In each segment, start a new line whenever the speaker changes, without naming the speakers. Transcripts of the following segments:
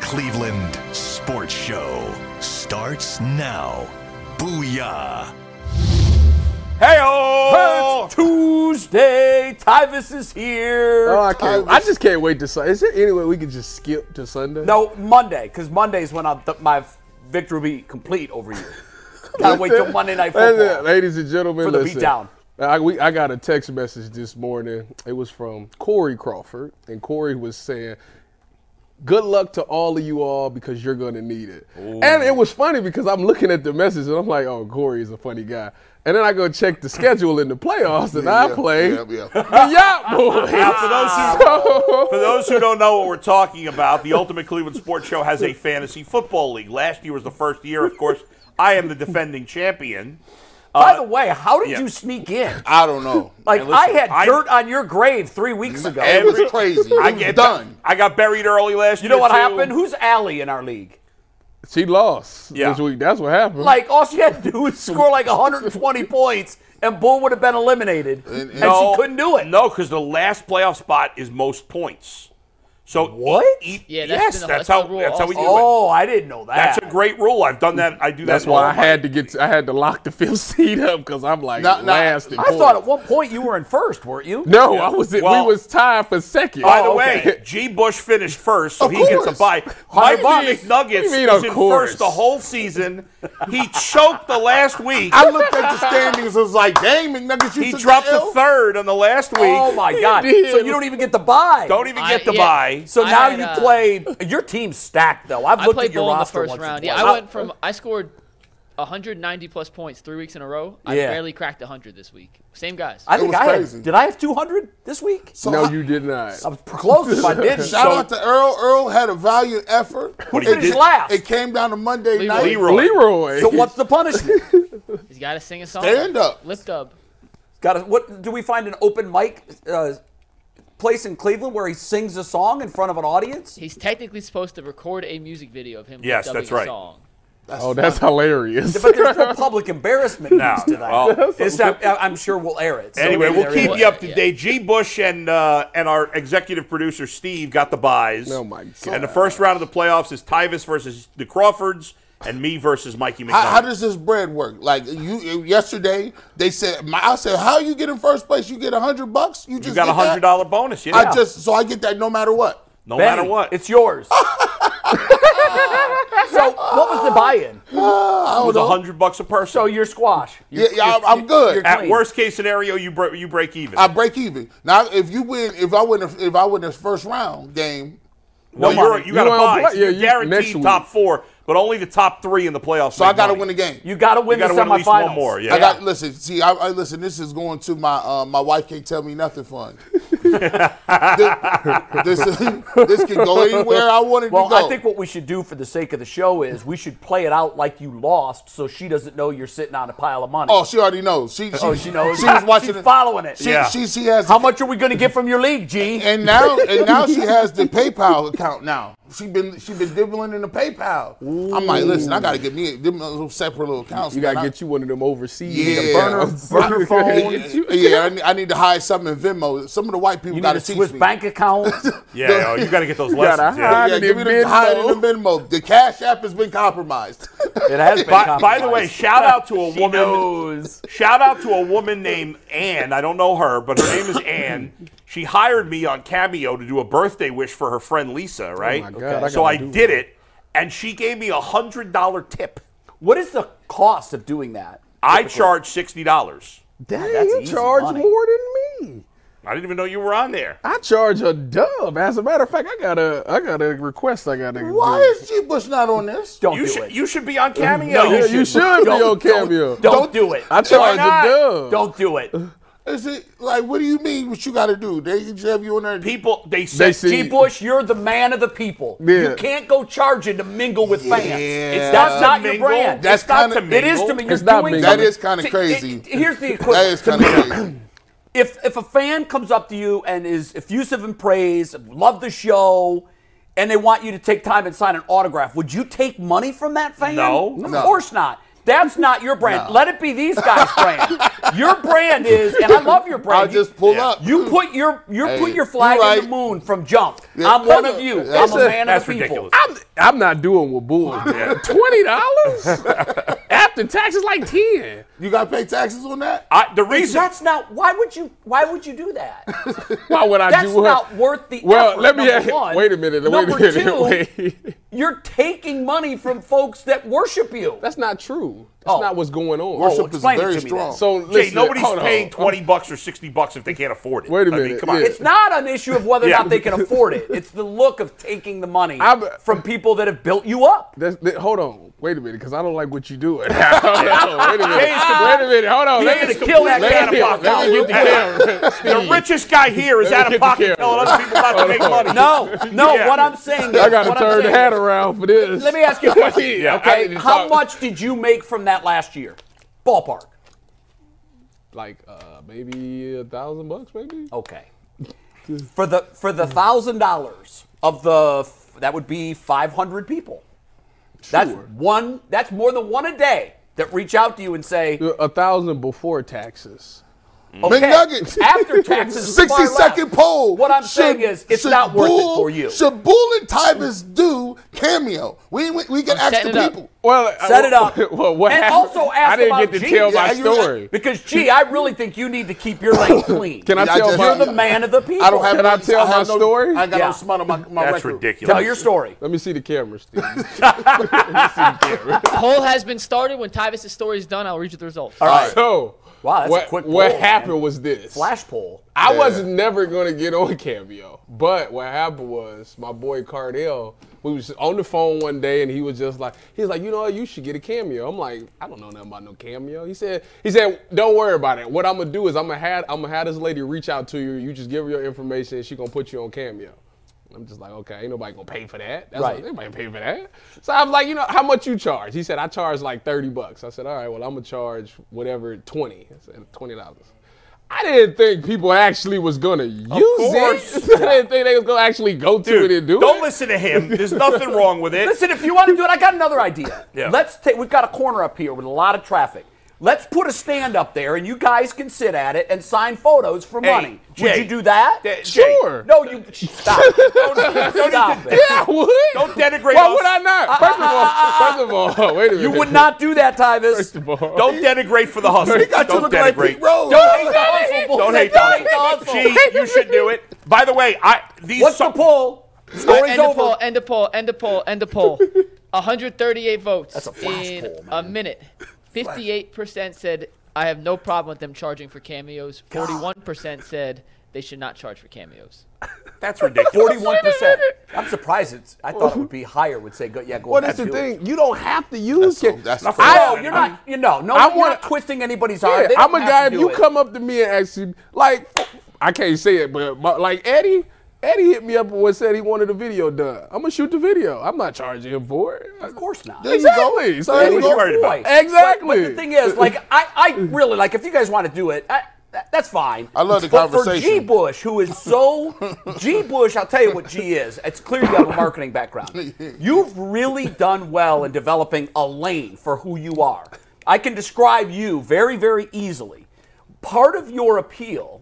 Cleveland sports show starts now. Booyah!
Hey It's Tuesday. Tyvis is here.
Oh, I can't. I just can't wait to Sunday. Is there any way we could just skip to Sunday?
no, Monday, because Monday's when I th- my victory will be complete over you. Gotta wait till Monday night
That's it,
football.
ladies and gentlemen.
For the
listen,
beatdown.
I, we, I got a text message this morning. It was from Corey Crawford, and Corey was saying, "Good luck to all of you all because you're going to need it." And it was funny because I'm looking at the message and I'm like, "Oh, Corey is a funny guy." And then I go check the schedule in the playoffs, and I
yeah,
play
yeah, yeah.
the Yacht Boys.
For those, who, for those who don't know what we're talking about, the Ultimate Cleveland Sports Show has a fantasy football league. Last year was the first year, of course. I am the defending champion.
By the way, how did
yeah.
you sneak in?
I don't know.
Like
And listen,
I had
I-
dirt on your grave three weeks ago.
it
every-
was crazy. It
I
was
get
done.
I got buried early last
you
year.
know what
too.
happened? Who's Allie in our league?
She lost
Yeah.
this week. That's what happened.
Like all she had to do was score like 120 points, and Bull would have been eliminated, and,
and-
No,
she couldn't do it.
No, because the last playoff spot is most points. So
What?
e-
Yeah,
yes,
that's been a-
that's
that's been
how
a rule
that's how we do it.
Oh, I didn't know that.
That's a great rule. I've done that. I do
That's
that. in
why
all
I
my-
had to get. I had to lock the fifth seat up because I'm like
Nah, nah.
last. in
I thought at
points.
one point you were in first, weren't you?
No, I was. in
Well-
we was tied for second.
By the
Oh,
way,
okay.
G. Bush finished first, so
Of
he gets a
course.
bye.
What
Mike
do you mean-
McNuggets
what do you mean,
was
of
in
course?
first the whole season. He choked the last week.
I looked at the standings. I was like, "Dang, McNuggets, you
He
took
dropped
the
the
L?
third on the last week.
Oh my God!
did.
So you don't even get the buy.
Don't even
I-
get the
yeah.
bye.
So
I
now
had,
you
uh,
play. Your team's stacked though. I've
I
looked
played
at your
Bull in the
roster
first
once or
round.
twice.
Yeah, I went from I scored 190 plus points three weeks in a row. I
Yeah.
barely cracked 100 this week. Same guys.
I think
was
I
crazy.
had. Did I have 200 this week?
So
no,
I-
you did not.
I was close if I didn't.
Shout
So-
out to Earl. Earl had a valiant effort.
What he
It-
did-
last.
It came down to Monday night.
Leroy.
Leroy.
So what's the punishment?
He's got to sing a song.
Stand up.
Lip dub.
Got to, what? Do we find an open mic uh, place in Cleveland where he sings a song in front of an audience?
He's technically supposed to record a music video of him
Yes,
lip dubbing
that's right.
a song.
oh, that's hilarious.
But there's no public embarrassment
No,
news to that.
no, well-
It's not- I- I'm sure we'll air it. So
Anyway,
maybe
we'll
there
keep
is.
you up to
Yeah.
date. G. Bush and uh, and our executive producer Steve got the buys.
oh my god.
And the first round of the playoffs is Tyvis versus the Crawfords, and me versus Mikey McNuggets.
How, how does this bread work? Like you yesterday, they said. My, I said, "How you get in first place? You get a hundred bucks. You just
you got a
get that?
hundred dollar bonus? Yeah,
I just so I get that no matter what.
no
Benny,
matter what.
It's yours. so what was the buy-in?
it was a hundred bucks a person.
So your squash.
Yeah, yeah, I'm- I'm good.
you're
At
clean.
worst case scenario, you break you break even.
I break even. Now, if you win, if I win, if I win this first round game,
no,
money.
you're, you
You
got to
wanna
buy.
play-
so
yeah,
you're
you- next
guaranteed
week.
top four, but only the top three in the playoffs.
so I got to
money.
win the game.
You got to win
You
the
gotta win at least
semifinals.
one more, yeah.
I got listen. See, I, I listen. This is going to my uh, my wife can't tell me nothing fun. this, this, this can go anywhere I want it to
Well,
go.
I think what we should do for the sake of the show is we should play it out like you lost, so she doesn't know you're sitting on a pile of money.
oh, she already knows. She she,
Oh, she knows.
She was watching
She's
it.
following it.
She,
Yeah.
she she has
How much are we going to get from your league, G?
and now and now she has the PayPal account now. She been she been dibbling in the PayPal. I'm like, listen, I got to get me them little separate little accounts.
you
man.
gotta
I-
get you one of them overseas.
Yeah.
accounts.
Burner- burner phone.
Get you-
Yeah, I need, I need to hide something in Venmo. Some of the white people
You
got
need a
to teach
Swiss
me.
bank account.
Yeah, oh, you got to get those
gotta
lessons.
hide.
Yeah.
Yeah,
in
give
the
me the hide in the
Venmo.
Venmo. The Cash App has been compromised.
It has been.
By, by the way,
compromised.
shout out to a
She
woman.
knows.
Shout out to a woman named Ann. I don't know her, but her name is Ann. She hired me on Cameo to do a birthday wish for her friend Lisa, right?
Oh my God, I
so
gotta
I
do
did it, and she gave me a hundred dollar tip.
What is the cost of doing that?
I charged sixty dollars.
Dang,
that's
you
easy
charge
money.
more than me.
I didn't even know you were on there.
I charge a dub. As a matter of fact, I got a I got a request. I got to.
Why is G Bush not on this?
Don't
You
do
should
it.
you should be on Cameo.
Yeah, you should be
Don't-
on Cameo.
Don't, don't do it.
I charge a
not?
dub.
Don't do it.
Is it like what do you mean? What you got to do? They just have you in there.
People, they
They
said
see
G. Bush, you're the man of the people.
Yeah.
You can't go charging to mingle with fans.
Yeah.
It's, that's not your
Mingle.
brand.
That's
It's not
kinda-
to
it is
mingle.
to me. You're
It's not
doing
mingling.
that
something-
is kind of
See,
crazy.
it- it- here's the
that
equivalent.
is kind of crazy.
if if a fan comes up to you and is effusive in praise, love the show, and they want you to take time and sign an autograph, would you take money from that fan?
No.
of
No.
course not. That's not your brand. Let it be these guys' brand. your brand is, and I love your brand.
I
You-
just pull up.
You put your you
Hey,
put your flag
you're
in
right.
the moon from jump.
Yeah.
I'm one of you.
That's
I'm a
a-
man of
That's
the people.
ridiculous.
I'm, I'm not doing what Bull is doing. Twenty dollars after taxes, like ten.
You got to pay taxes on that.
I, the reason
That's not why would you why would you do that?
Why would I
That's
do what?
not worth the
Well,
effort,
let me
number one.
wait a minute. Wait
Number
a minute.
two,
wait.
You're taking money from folks that worship you.
That's not true. That's
Oh.
not what's going on.
Oh,
Worship is
explain it
very
to me
strong.
then.
So
Jay,
listen,
nobody's
hold on.
paying 20 bucks or 60 bucks if they can't afford it.
Wait a
I mean,
minute,
come on.
yeah.
It's not an issue of whether or
Yeah.
not they can afford it. It's the look of taking the money
I'm-
from people that have built you up.
That's, that, hold on. Wait a minute, because I don't like what you doing. hold on. Wait a minute. Wait a minute. Hold on.
You're
Let
gonna
me-
kill that
let
cat
me-
of pocket.
Let me get the camera.
The richest guy here
Let
is
me
out
get
of
the
pocket
camera.
telling other people not to make money.
No, no.
Yeah.
What I'm saying is,
I got to
what I'm
turn the
saying
hat
is-
around for this.
Let me ask you a question.
Yeah, I
okay,
need to
how
talk.
much did you make from that last year? Ballpark.
Like uh, maybe a thousand bucks, maybe.
Okay. For the for the thousand dollars of the that would be 500 people. That's
Sure.
one. That's more than one a day that reach out to you and say,
A thousand before taxes.
okay,
McNuggets.
after taxes, far
60 second
left.
poll.
What I'm
Should-
saying is, it's
should
not worth
Bull-
it for you.
Should Bull and Tyvus do cameo? We we, we can ask
setting
the
it up.
people.
Well, I-
Set it up.
Well, what
And
happened-
also ask
I didn't
about
get to
Gene.
tell my
Yeah, you-
story.
because gee, I really think you need to keep your lane clean.
Can I
Yeah, I
tell
just-
my
You're the man of the people.
I don't have.
Can I
nothing-
tell my
have no-
story?
I got
Yeah.
no smut on my, my
That's
record.
ridiculous.
Tell your story.
Let me see the camera, Steve.
Poll has been started. When Tyvus' story is done, I'll read you the results.
All right.
So,
Wow, that's a
what,
quick
what
poll,
happened
man.
was this.
Flash poll.
I was never gonna get on Cameo, but what happened was my boy Cardell. We was on the phone one day, and he was just like, he's like, you know, what, you should get a cameo. I'm like, I don't know nothing about no cameo. He said, he said, don't worry about it. What I'm gonna do is I'm gonna have I'm gonna have this lady reach out to you. You just give her your information, and she gonna put you on Cameo. I'm just like, okay, ain't nobody gonna pay for that. That's
Right.
right. Nobody pay for that. So I was like, you know, how much you charge? He said, I charge like 30 bucks. I said, all right, well, I'm gonna charge whatever 20. I said, 20 dollars. I didn't think people actually was gonna use
course.
it. I didn't think they was gonna actually go to
Dude,
it and do
don't
it.
listen to him. There's nothing wrong with it.
Listen, if you want to do it, I got another idea.
Yeah.
Let's take. We've got a corner up here with a lot of traffic. Let's put a stand up there, and you guys can sit at it and sign photos for
Hey,
money. Would
Jay,
you do that?
Jay,
Sure.
No, you stop. Don't, stop it.
Yeah, I would.
Don't denigrate
Why
us. Ah,
would I not? First of all, first of all, wait a minute.
You would not do that, Tyvis.
First of all,
Don't denigrate for the hustle.
He got you
Don't
looking like
denigrate.
Pete Rose.
Don't hate the hustle.
Don't hate
Don't hate the
the
hustle.
Gee, you should do it. By the way, I these
What's
some-
the poll?
All right,
Story's
end the poll,
over.
end the poll, end the poll, end the poll. 138 votes That's
a flash
in
poll,
a minute. 58% said, I have no problem with them charging for cameos. 41% said, they should not charge for cameos.
That's ridiculous.
Forty-one percent. I'm surprised. It's, I thought it would be higher. Would say, go, yeah, go.
What
ahead,
is the
do it.
thing? You don't have to use
So
Cam-
that's
Not
fair.
fair.
No, you're not. You know, no,
I
you're
wanna-
not twisting anybody's
Yeah,
heart. They don't
I'm a
have
guy.
to
If
do
you
it.
come up to me and ask me, like, I can't say it, but my, like Eddie, Eddie hit me up and said he wanted a video done. I'm gonna shoot the video. I'm not charging him for it.
Of course not.
There you
exactly.
go.
So
There
Eddie
you
You're
go.
worried about
boy.
it.
But- But,
Exactly.
the thing is, like, I, I really like if you guys want to do it, I, that, that's fine.
I love the
but For G
conversation.
Bush, who is so G Bush, I'll tell you what G is. It's clear you have a marketing background. You've really done well in developing a lane for who you are. I can describe you very, very easily. Part of your appeal.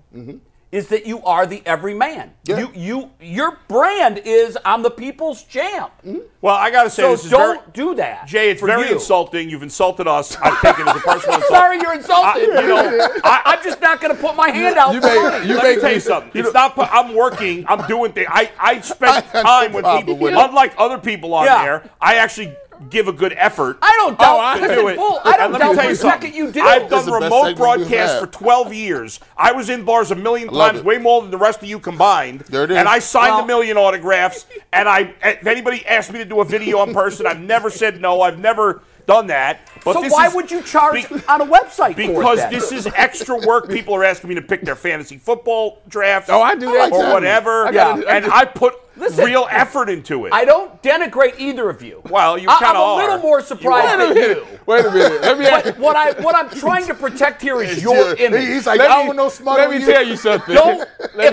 Is that you are the everyman?
Mm-hmm. Yeah.
You, you, your brand is I'm the people's champ.
Mm-hmm.
Well, I gotta say
So
this is
don't
very,
do that.
Jay, it's
for
very
you.
insulting. You've insulted us. I take it as a personal insult.
Sorry, you're
I,
insulted.
you know, I,
I'm just not going to put my hand out.
you
for
may-
money.
you
Let
may-
me tell you something. It's not. po- I'm working. I'm doing things. I I spend
I got
time
no
with
problem
people.
with it.
Unlike other people on
Yeah.
there, I actually give a good effort.
I don't doubt.
Oh, I
listen,
do it.
Bull, I don't
And let me
doubt
tell
for
you
a
something.
second you do.
I've
This
done
is the best
remote
segment we've
broadcasts
had.
for 12 years. I was in bars a million
Love
times,
it.
way more than the rest of you combined.
There it is.
And I signed
Well-
a million eh, autographs. And I, if anybody asked me to do a video in person, I've never said no. I've never done that. But
so
this
why
is-
would you charge
be-
on a website for it
Because
then?
this is extra work. People are asking me to pick their fantasy football drafts.
Oh, I do that
or
too.
whatever.
I gotta-
and I put
Listen,
real effort into it.
I don't denigrate either of you.
Well, you
I-
kinda
I'm a
are.
little more surprised
Wait a
than you.
minute. Wait a minute. Let me
But what I what I'm trying to protect here is your
Yeah.
image.
He's like,
let
I
me-
don't know smart
Let me
you.
tell you something.
Don't
Let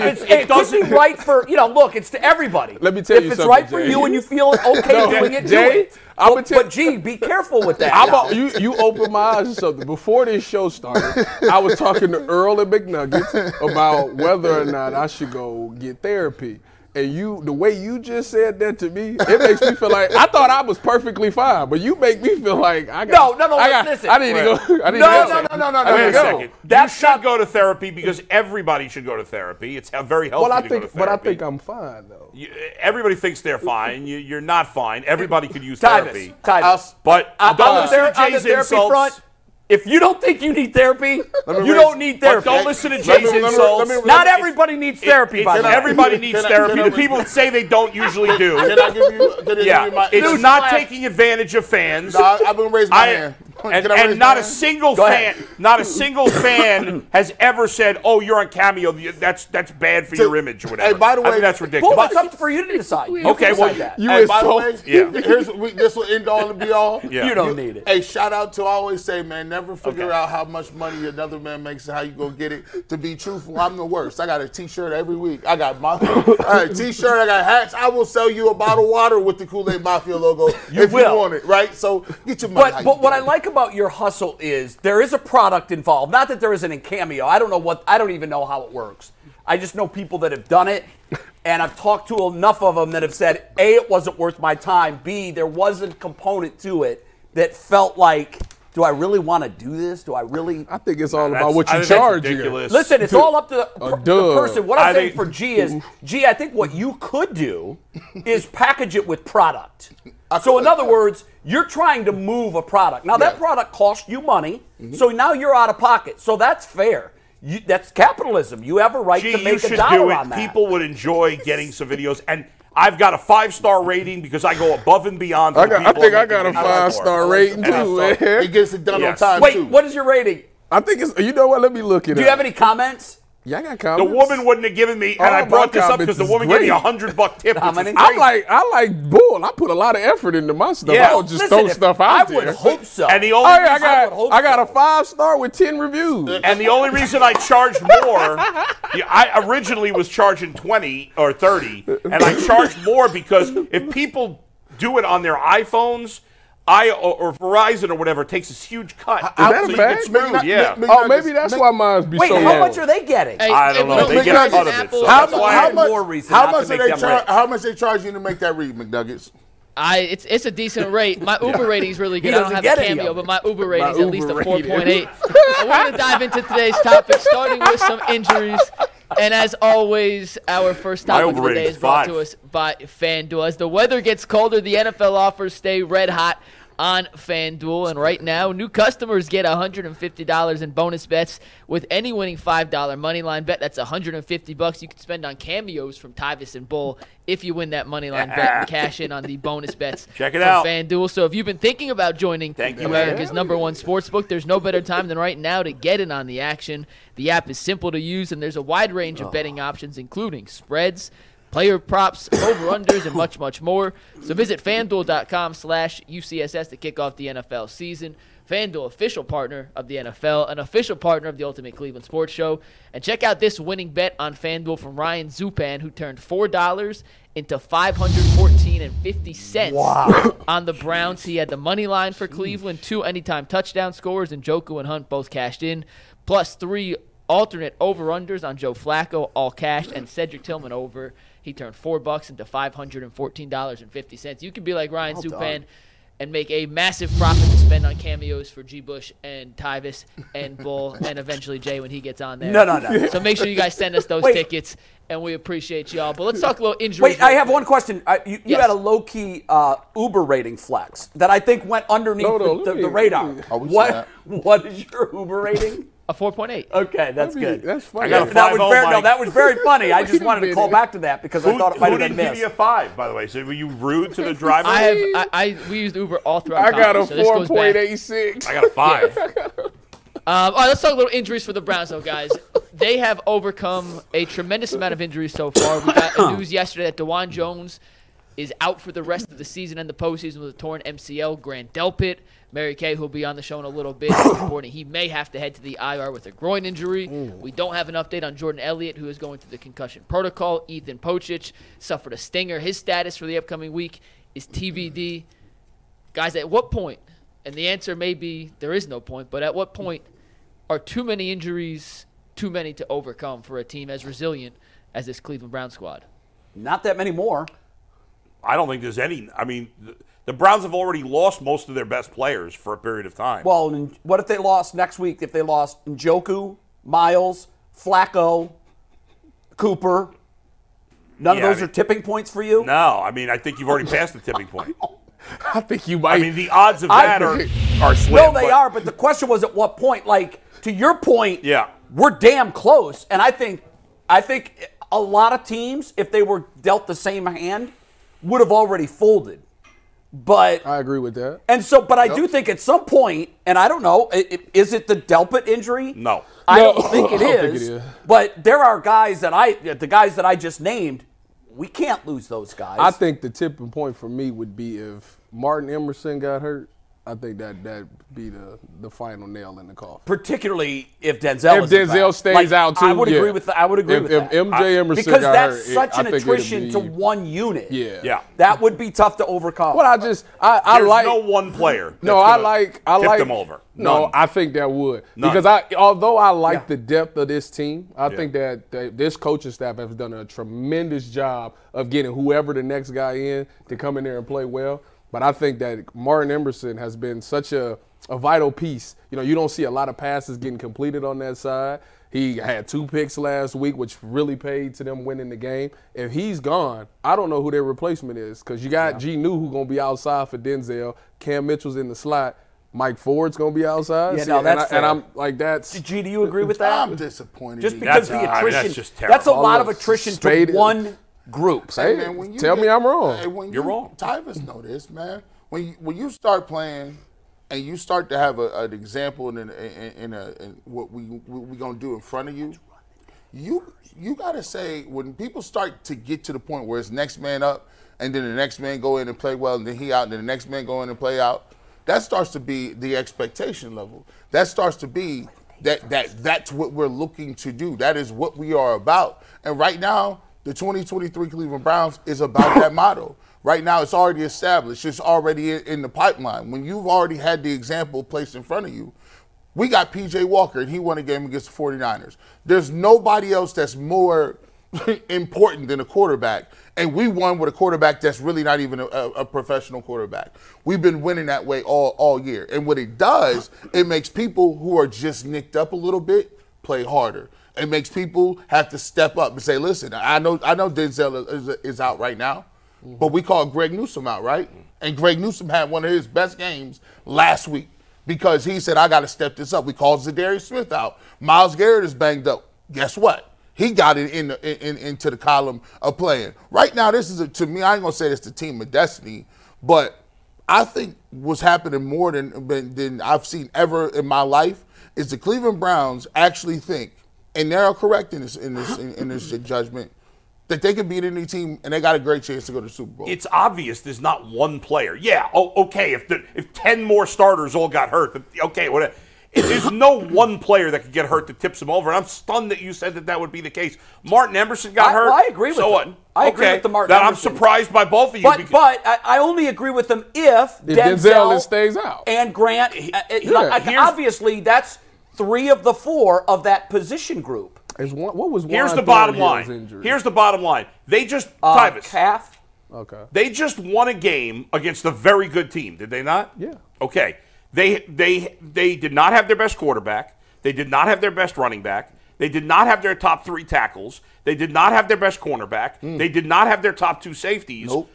if
me-
it's it, could be
doesn't-
right for you know. Look, it's to everybody.
Let me tell
if
you
it's
something,
right for
Jay.
you and you feel okay
No,
doing it, do
Jay,
it.
I'ma
but,
tell-
but gee, be careful with that.
I'm a, you you opened my eyes to something. Before this show started, I was talking to Earl and McNuggets about whether or not I should go get therapy. And you, the way you just said that to me, it makes me feel like I thought I was perfectly fine, but you make me feel like I
No,
got
no, no,
I, got,
listen.
I need to go. I need
No, no,
to
no,
go.
no, no,
I need
Wait
to
no.
a
go.
second.
That's
you should
not-
go to therapy because everybody should go to therapy. It's he- very healthy
Well, I
to go
think,
to
but I
therapy.
think I'm fine though.
You- everybody thinks they're fine. You, you're not fine. Everybody could use
Tybus,
therapy.
Tybus.
But
I-
don't
on the
listen
ther-
to
on the
Jay's
therapy
insults.
front, if you don't think you need therapy, you
raise-
don't need therapy.
But don't listen to
Let me-
Jay's
let me-
insults.
let me-
Not everybody needs therapy,
It-
by
it's-
the way.
Everybody needs
Can I-
therapy.
can I-
the people that say they don't usually do.
Can I give you? Can I
yeah,
give you my?
it's
Dude,
not
I-
taking advantage of fans.
No, I- I'm gonna raise my
I-
hand. Can
and,
I
and
raise my
not a
hand?
single
Go
fan,
ahead.
not a single fan has ever said, "Oh, you're on Cameo. you- That's that's bad for
So-
your image or whatever."
by the
I think
way-
that's
Well,
ridiculous.
that's up for you to decide. You
Okay,
can
well,
decide that.
You
Hey, by the
insult.
way,
Yeah.
here's we, this will end all and be all.
Yeah.
you don't need it.
Hey, shout out to I always say, man, never figure
Okay.
out how much money another man makes and how you gonna get it. To be truthful, I'm the worst. I got a T-shirt every week. I got my I got a T-shirt. I got hats. I will sell you a bottle of water with the Kool Aid Mafia logo if
will.
you want it. Right? So get your money. how
But
you
but what
get
I
it.
like about your hustle is there is a product involved. Not that there isn't in Cameo. I don't know what I don't even know how it works. I just know people that have done it, and I've talked to enough of them that have said a it wasn't worth my time. B there was a component to it that felt like do I really want to do this? Do I really?
I think it's all
That's-
about what
I
you
think that's
charge. here.
ridiculous.
Listen, it's all up to the, per- the
Uh, duh.
person. What I'm
I
saying
think-
for G is, G, I think what you could do is package it with product. So, in other
uh,
words, you're trying to move a product. Now, that
Yeah.
product costs you money,
Mm-hmm.
so now you're out of pocket. So that's fair. You, that's capitalism. You have a right
Gee,
to
you
make
should
a
do
dollar
it.
on that.
People would enjoy getting some videos and. I've got a five star rating because I go above and beyond. For
I,
the
got, I
people
think I
I'm
got a
making videos for.
five star rating too,
Five-star.
It
man.
gets it done
Yes.
on time
Wait,
too.
what is your rating?
I think it's. You know what? Let me look it
Do
up.
you have any comments?
Yeah, I got
The
comments.
woman wouldn't have given me, and
All
I
my
brought this up
comments
because the
Oh, is
woman gave me
great.
a hundred buck tip.
How
which
many?
is great.
I'm like, I like bull. I put a lot of effort into my stuff. I don't just
Listen,
throw stuff out
I
there.
would hope so.
And the
Oh,
only
yeah, I
reason-
I
got,
would hope
I got
so.
a five star with ten reviews.
And the only reason I charged more, yeah, I originally was charging 20 or 30, and I charged more because if people do it on their iPhones, I or, or Verizon or whatever takes this huge cut.
that a
So you
fact?
get screwed,
Maybe not-
yeah.
may- may-
Oh, maybe that's why mine's be
Wait,
so
how
low.
much are they getting?
Hey,
I don't
hey,
know.
look,
They
look,
get
look,
a cut of
Apple-
it, so
How,
that's
mu-
why
how
I-
much?
more reason
how
not
much
to
do
make
they
them
charge?
rich.
How much they charge you to make that read, McNuggets?
I it's it's a decent rate. My Uber rating's really good. I don't
doesn't
have
get
a
any
cameo,
of it.
but my Uber rating's at least a
Uber rating.
4.8. I wanted to dive into today's topic, starting with some injuries. And as always, our first
My
topic of
Uber
the day
rating's
is
five.
brought to us by FanDuel. As the weather gets colder, the NFL offers stay red hot on FanDuel. And right now, new customers get $150 in bonus bets with any winning $5 money line bet. That's 150 bucks you could spend on cameos from Tyvis and Bull if you win that money line bet and cash in on the bonus bets.
Check it
from
out.
FanDuel. So if you've been thinking about joining
Thank you, man.
America's number one sports book, there's no better time than right now to get in on the action. The app is simple to use, and there's a wide range
Oh.
of betting options, including spreads, player props, over-unders, and much, much more. So visit FanDuel.com slash UCSS to kick off the NFL season. FanDuel, official partner of the NFL, an official partner of the Ultimate Cleveland Sports Show. And check out this winning bet on FanDuel from Ryan Zupan, who turned $4 into 514 and 50 cents on the Browns. He had the money line for Cleveland, two anytime touchdown scorers, and Joku and Hunt both cashed in, plus three alternate over-unders on Joe Flacco, all cashed, and Cedric Tillman over. He turned four bucks into five hundred and fourteen dollars and fifty cents. You could be like Ryan Zupan and make a massive profit to spend on cameos for G. Bush and Tyvis and Bull and eventually Jay when he gets on there.
No, no, no.
So make sure you guys send us those
Wait.
tickets, and we appreciate y'all. But let's talk a little injuries.
Wait, I
real
have
quick.
one question. I, you, you
Yes.
had a low key uh, Uber rating flex that I think went underneath
No, no,
the,
let
the,
me-
the radar.
Oh, we saw
what
that.
what is your Uber rating?
A 4.8.
Okay, that's
That'd be-
good.
That's funny.
I got a
that was
5-0,
very, no,
Mike.
that was very funny. I
Wait
just
a
wanted to call
minute.
back to that because I
Who,
thought it
who
might have
did
been
give you a
missed.
five, by the way? So were you rude to the driver?
I have I, I we used Uber all throughout.
I got a
college, so this goes back-
4.86.
I got a five.
Um, all right, let's talk a little injuries for the Browns, though, guys. they have overcome a tremendous amount of injuries so far. We got news yesterday that Dewan Jones is out for the rest of the season and the postseason with a torn MCL. Grant Delpit, Mary Kay, who'll be on the show in a little bit, is reporting he may have to head to the IR with a groin injury. We don't have an update on Jordan Elliott, who is going through the concussion protocol. Ethan Pochich suffered a stinger. His status for the upcoming week is TBD guys, at what point, and the answer may be there is no point, but at what point are too many injuries too many to overcome for a team as resilient as this Cleveland Brown squad?
Not that many more.
I don't think there's any. I mean, the, the Browns have already lost most of their best players for a period of time.
Well, and what if they lost next week? If they lost Njoku, Miles, Flacco, Cooper, none
Yeah, I
of those
mean-
are tipping points for you.
no, I mean, I think you've already passed the tipping point.
I think you
I
might.
mean, the odds of
I-
that are are slim.
No, they
but-
are. But the question was at what point? Like to your point,
Yeah.
we're damn close. And I think, I think a lot of teams, if they were dealt the same hand, would have already folded. But
I agree with that.
and so, but I do think at some point, and I don't know, i- i- is it the Delpit injury?
No.
I
No.
don't think it
I don't think
is.
it is.
But there are guys that I, the guys that I just named, we can't lose those guys.
I think the tipping point for me would be if Martin Emerson got hurt. I think that that'd be the, the final nail in the coffin.
particularly if Denzel
if
is
Denzel
around.
stays
Like,
out too,
I would
yeah.
agree with. I would agree
if,
with
if
that.
MJ Emerson
because
got
that's
hurt, it-
such
I
an
think it'd
attrition to
be-
one unit.
Yeah.
Yeah.
That would be tough to overcome.
But I just I, I
There's
like
no one player.
No,
that's
I
gonna
like I
tip
like
them over.
No,
None.
I think that would
None.
because I although I like
Yeah.
the depth of this team, I think that, that this coaching staff has done a tremendous job of getting whoever the next guy in to come in there and play well. But I think that Martin Emerson has been such a a vital piece. You know, you don't see a lot of passes getting completed on that side. He had two picks last week, which really paid to them winning the game. If he's gone, I don't know who their replacement is because you got G New who's gonna be outside for Denzel. Cam Mitchell's in the slot. Mike Ford's gonna be outside.
Yeah, no,
and,
that's
I, and
fair.
I'm like that's
G, do you agree with that?
I'm disappointed.
Just
in
because
That's-
the
I mean,
attrition.
that's just terrible.
that's a lot of
Almost
attrition
spade-
to one group.
Uh, Hey,
Hey, man, when you
tell
get-
me I'm wrong.
hey, when
You're
you-
wrong.
Tyvus know this, man. When you, when you start playing and you start to have a, an example and in, in, a in what we what we gonna do in front of you, you you gotta say when people start to get to the point where it's next man up, and then the next man go in and play well, and then he out, and then the next man go in and play out. That starts to be the expectation level. That starts to be that that that's what we're looking to do. That is what we are about. And right now, the 2023 Cleveland Browns is about that motto. Right now, it's already established. It's already in- in the pipeline. When you've already had the example placed in front of you, we got PJ Walker, and he won a game against the 49ers. There's nobody else that's more important than a quarterback. And we won with a quarterback that's really not even a, a, a professional quarterback. We've been winning that way all, all year. And what it does, it makes people who are just nicked up a little bit play harder. It makes people have to step up and say, listen, I know I know Denzel is, is out right now, but we called Greg Newsom out, right? And Greg Newsom had one of his best games last week because he said, I got to step this up. We called Zadarius Smith out. Miles Garrett is banged up. Guess what? He got it in, the, in, in- into the column of playing. Right now, this is, a, to me, I ain't going to say it's the team of destiny, but I think what's happening more than, than than I've seen ever in my life is the Cleveland Browns actually think, and they're correct in this in this in, in this judgment, that they could beat any team and they got a great chance to go to the Super Bowl.
It's obvious there's not one player. Yeah, oh, okay, if the, if 10 more starters all got hurt, but okay, whatever. There's no one player that could get hurt that tips them over. And I'm stunned that you said that that would be the case. Martin Emerson got
I-
hurt.
well, I agree with
so
him.
what?
I
okay.
agree with the Martin
That I'm
Emerson.
surprised by both of you.
But
because-
but I, I only agree with them if,
If Denzel stays out.
and Grant. uh, it-
Yeah.
like,
Here's-
obviously, that's three of the four of that position group.
is one, what was
here's
Juan
the bottom
Thornhill's
line.
Injury?
Here's the bottom line. They just
Uh,
Tyvus.
Calf.
okay.
They just won a game against a very good team, did they not?
Yeah.
Okay. They they they did not have their best quarterback. They did not have their best running back. They did not have their top three
Hmm.
tackles. They did not have their best cornerback. They did not have their top two safeties.
Nope.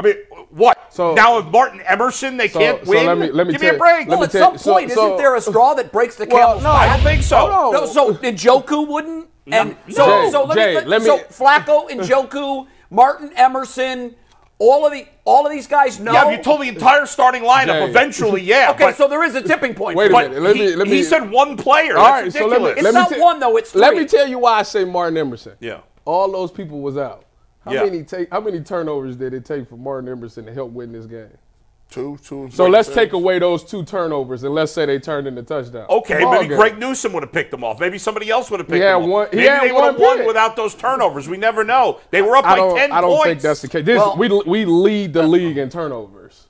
I mean, what?
So-
now if Martin Emerson they
So-
can't
so
win,
let me- let me
give
tell
me a
you-
break.
let
Well,
me
at
tell
some
you- so-
point,
so-
isn't there a straw that breaks the
Well,
camel's
no, I
back?
don't think so.
Hold
No,
on.
so Njoku wouldn't, and so
Jay,
so let,
Jay,
me, let,
let me-
so Flacco, Njoku, Martin Emerson, all of the all of these guys. No,
Yeah, if you told the entire starting lineup,
Jay.
eventually, yeah.
okay,
but,
so there is a tipping point.
Wait a
But
minute,
but
let
he,
me- let
he
me-
said one player.
All
That's
right, so let me-
ridiculous.
It's
let me
not
te-
one, though, it's
Let
three.
me tell you why I say Martin Emerson.
Yeah.
All those people was out. How
Yeah.
many take? How many turnovers did it take for Martin Emerson to help win this game?
Two, two.
So let's take away those two turnovers and let's say they turned into touchdowns.
Okay,
Ball
maybe
game.
Greg Newsom would have picked them off. Maybe somebody else would have picked
had
them off.
one- he
maybe
had
they would have
one
won
pick.
without those turnovers. We never know. They were up
I
by
don't,
ten
I don't
points.
think that's the case. This,
Well-
we we lead the league in turnovers.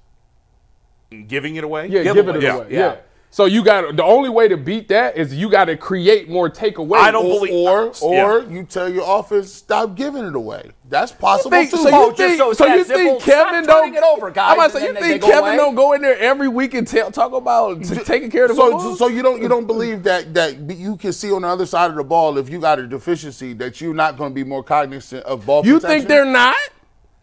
Giving it away.
Yeah, giving it
Yeah,
away.
yeah.
Yeah. So you got the only way to beat that is you got to create more takeaways.
I don't believe.
Or,
Yeah.
or you tell your offense stop giving it away. That's possible
think-
too.
so
Oh,
you
just
think,
so
so
it's that
you
simple.
think
Stop
Kevin
turning
don't
it over, guys,
I'm about to
and
say you
then they
think
go
Kevin
away?
don't go in there every week and tell, talk about t- taking care of the
So,
football?
so you don't you don't believe that that b- you can see on the other side of the ball if you got a deficiency that you're not going to be more cognizant of ball.
you
protection?
think they're not?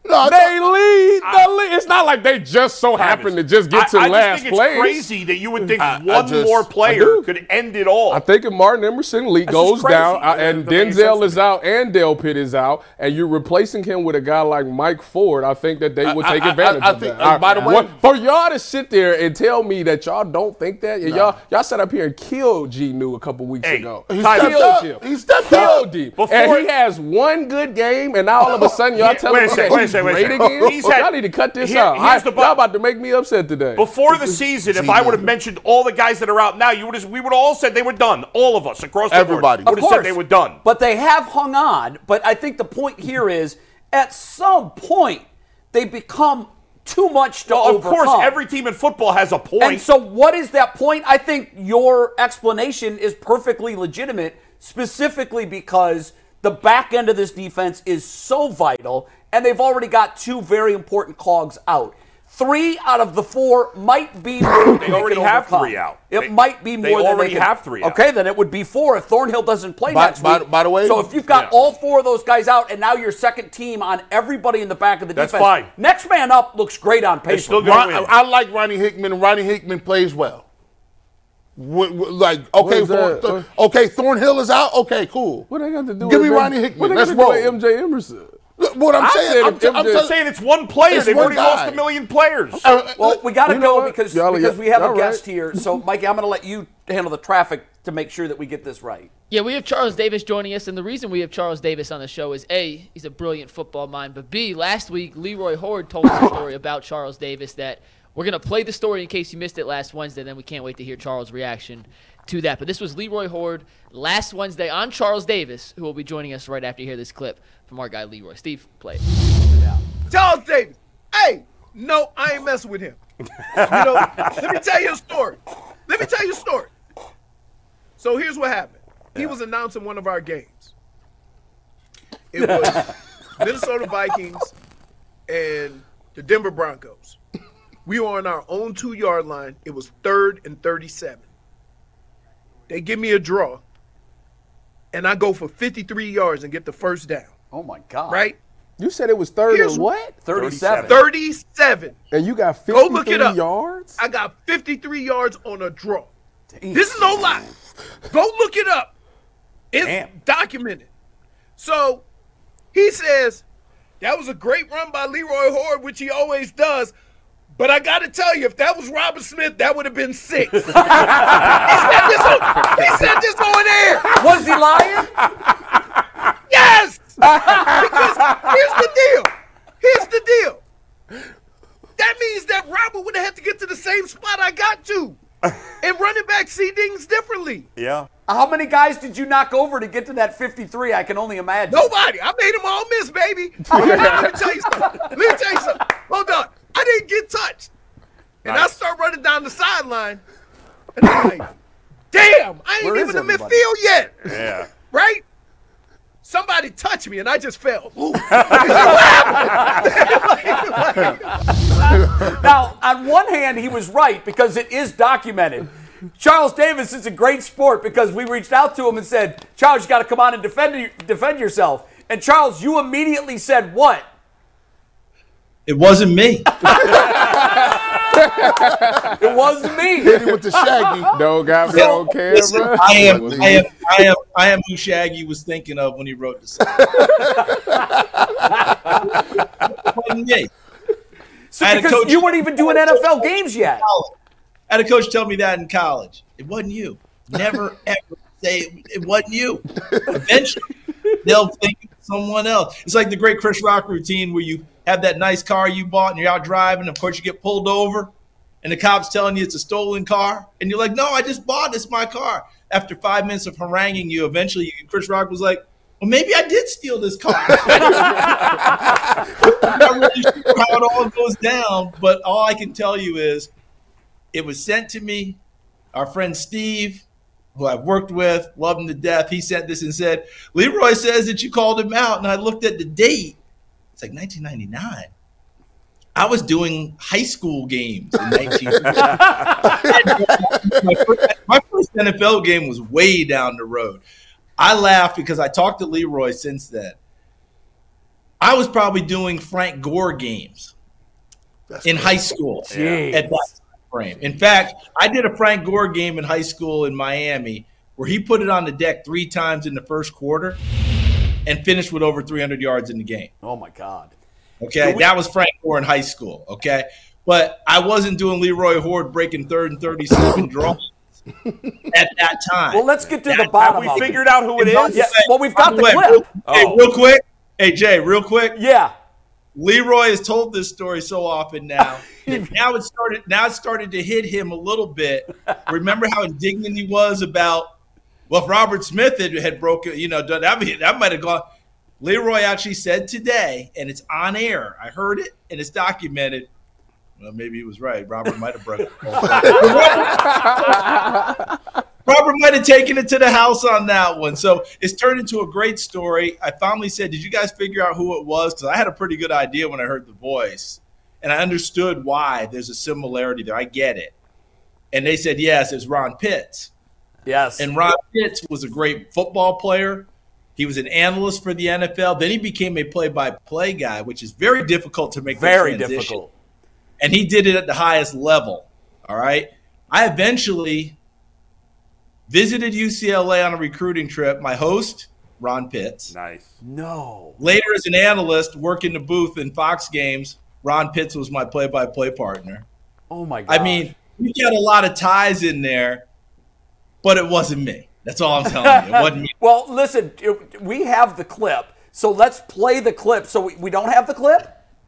No, I
They
thought-
lead the league. It's not like they just so happen to just get to
I, I
last
just think
place.
It's crazy that you would think
I- I
one
just-
more
I
player
do.
could end it all.
I think if Martin Emerson Lee
just
goes
crazy.
down uh,
That
and
doesn't make any sense
Denzel
to
is out and Dale Pitt is out, and you're replacing him with a guy like Mike Ford, I think that they will
I-
take
I- I-
advantage
I
of
think-
that.
uh, by the way-
what- for y'all to sit there and tell me that y'all don't think that, and y'all y'all sat up here and killed G New a couple weeks
Hey,
ago.
he
Killed
stepped
up.
him.
He stepped
Killed
up.
him.
Before-
and he has one good game, and now all of a sudden y'all
Yeah,
telling
wait
me
a second,
that
wait a
he's great
second, wait a second.
again?
He's had-
y'all need to cut this
here-
out.
here's
I-
the bu-
y'all about to make me upset today.
Before the season, if I would have mentioned all the guys that are out now, you would have, we would have all said they were done. All of us across the
Everybody.
board would have
Of
said they were done.
But they have hung on. But I think the point here is, at some point, they become too much to
of
overcome.
course, every team in football has a point.
And so, what is that point? I think your explanation is perfectly legitimate, specifically because the back end of this defense is so vital, and they've already got two very important cogs out. Three out of the four might be more. they
already
can
have
overcome.
three out.
It
They-
might be
they
more. than
already
can-
have three out.
Okay, then it would be four if Thornhill doesn't play
By-
next
by-
week.
by the way-
so if you've got
Yeah.
all four of those guys out, and now your second team on everybody in the back of the
That's
defense,
fine.
Next man up looks great on paper.
still gonna
Ron,
win.
I like Ronnie Hickman. and Ronnie Hickman plays well. Wh- wh- like okay,
is that?
Thorn- okay, Thornhill is out. Okay, cool.
What they got to do?
Give
with
me
them-
Ronnie Hickman.
What they
Let's
got to do with
roll.
MJ Emerson?
Look, What I'm
I said
saying, I'm,
if
t- I'm
MJ
telling-
saying it's one player.
It's
They've
one
already
guy.
lost a million players.
Uh,
Well, we got to
You know
go
what?
because
Y'all-
because we have a
y'all
guest
right.
here. So, Mikey, I'm going to let you handle the traffic to make sure that we get this right.
Yeah, we have Charles Davis joining us, and the reason we have Charles Davis on the show is A, he's a brilliant football mind, but B, last week Leroy Horde told us a story about Charles Davis that we're gonna play the story in case you missed it last Wednesday, then we can't wait to hear Charles' reaction to that. But this was Leroy Horde last Wednesday on Charles Davis, who will be joining us right after you hear this clip from our guy Leroy. Steve, play it.
Charles Davis. Hey, no, I ain't messing with him. You know, let me tell you a story. Let me tell you a story. So here's what happened. He was announcing one of our games. It was Minnesota Vikings and the Denver Broncos. We were on our own two yard line. It was third and 37. They give me a draw, and I go for 53 yards and get the first down,
Oh my God!
right?
You said it was third
Here's-
and what?
37.
37.
And you got
Go look it
53
up.
yards?
I got 53 yards on a draw. This is no lie. Go look it up. It's
Damn.
documented. So he says, that was a great run by Leroy Horde, which he always does. But I got to tell you, if that was Robert Smith, that would have been six. he, said this on, he said this on air.
Was he lying?
Yes! Because here's the deal. Here's the deal. That means that Robert would have had to get to the same spot I got to. And running back see things differently.
yeah.
How many guys did you knock over to get to that 53? I can only imagine.
Nobody. I made them all miss, baby. Let me tell you something. Let me tell you something. Hold on. I didn't get touched. And I start running down the sideline. And I'm like, damn, I ain't
Where is
even in
everybody?
midfield yet.
Yeah.
right? Somebody touched me and I just fell. Ooh.
Now, on one hand, he was right because it is documented. Charles Davis is a great sport because we reached out to him and said, Charles, you got to come on and defend defend yourself. And Charles, you immediately said what?
It wasn't me.
It was me.
Hit him with the shaggy.
Don't got me on
Listen,
camera.
I am, I am, I am, I am who Shaggy was thinking of when he wrote this. It wasn't me.
So
I had a
because
coach-
you weren't even doing NFL games yet.
I had a coach tell me that in college. It wasn't you. Never ever say it, it wasn't you. Eventually, they'll think it's someone else. It's like the great Chris Rock routine where you have that nice car you bought and you're out driving. Of course, you get pulled over, and the cops telling you it's a stolen car, and you're like, "No, I just bought this my car." After five minutes of haranguing you, eventually Chris Rock was like. Well, maybe I did steal this car. I'm not really sure how it all goes down, but all I can tell you is it was sent to me. Our friend Steve, who I've worked with, loved him to death, he sent this and said, Leroy says that you called him out. And I looked at the date. It's like 1999. I was doing high school games in 1999. my, first, my first NFL game was way down the road. I laugh because I talked to Leroy since then. I was probably doing Frank Gore games in high school at that frame. In fact, I did a Frank Gore game in high school in Miami where he put it on the deck three times in the first quarter and finished with over 300 yards in the game.
Oh my God.
Okay, that was Frank Gore in high school. Okay, but I wasn't doing Leroy Horde breaking third and 37 draws at that time.
Well, let's get to the
Have
bottom.
we
of it.
figured out who it
Yeah,
is?
yeah. Well, we've got
By
the
way,
clip. Oh.
real- Hey, real quick. Hey, Jay, real quick.
Yeah.
Leroy has told this story so often now. that now it started. Now it started to hit him a little bit. Remember how indignant he was about. Well, if Robert Smith had, had broken, you know, done that, might- that might have gone. Leroy actually said today, and it's on air. I heard it, and it's documented. Well, maybe he was right. Robert might have broken. Robert might have taken it to the house on that one. So it's turned into a great story. I finally said, Did you guys figure out who it was? Because I had a pretty good idea when I heard the voice. And I understood why there's a similarity there. I get it. And they said, Yes, it's Ron Pitts.
Yes.
And Ron Pitts was a great football player. He was an analyst for the NFL. Then he became a play by play guy, which is very difficult to make. that
very
transition
difficult.
and he did it at the highest level. All right. I eventually visited UCLA on a recruiting trip. My host, Ron Pitts.
Nice.
No.
Later, as an analyst, working the booth in Fox games, Ron Pitts was my play by play partner.
Oh my God.
I mean, we got a lot of ties in there, but it wasn't me. That's all I'm telling you. It wasn't me.
Well, listen, it- we have the clip, so let's play the clip. So we, we don't have the clip?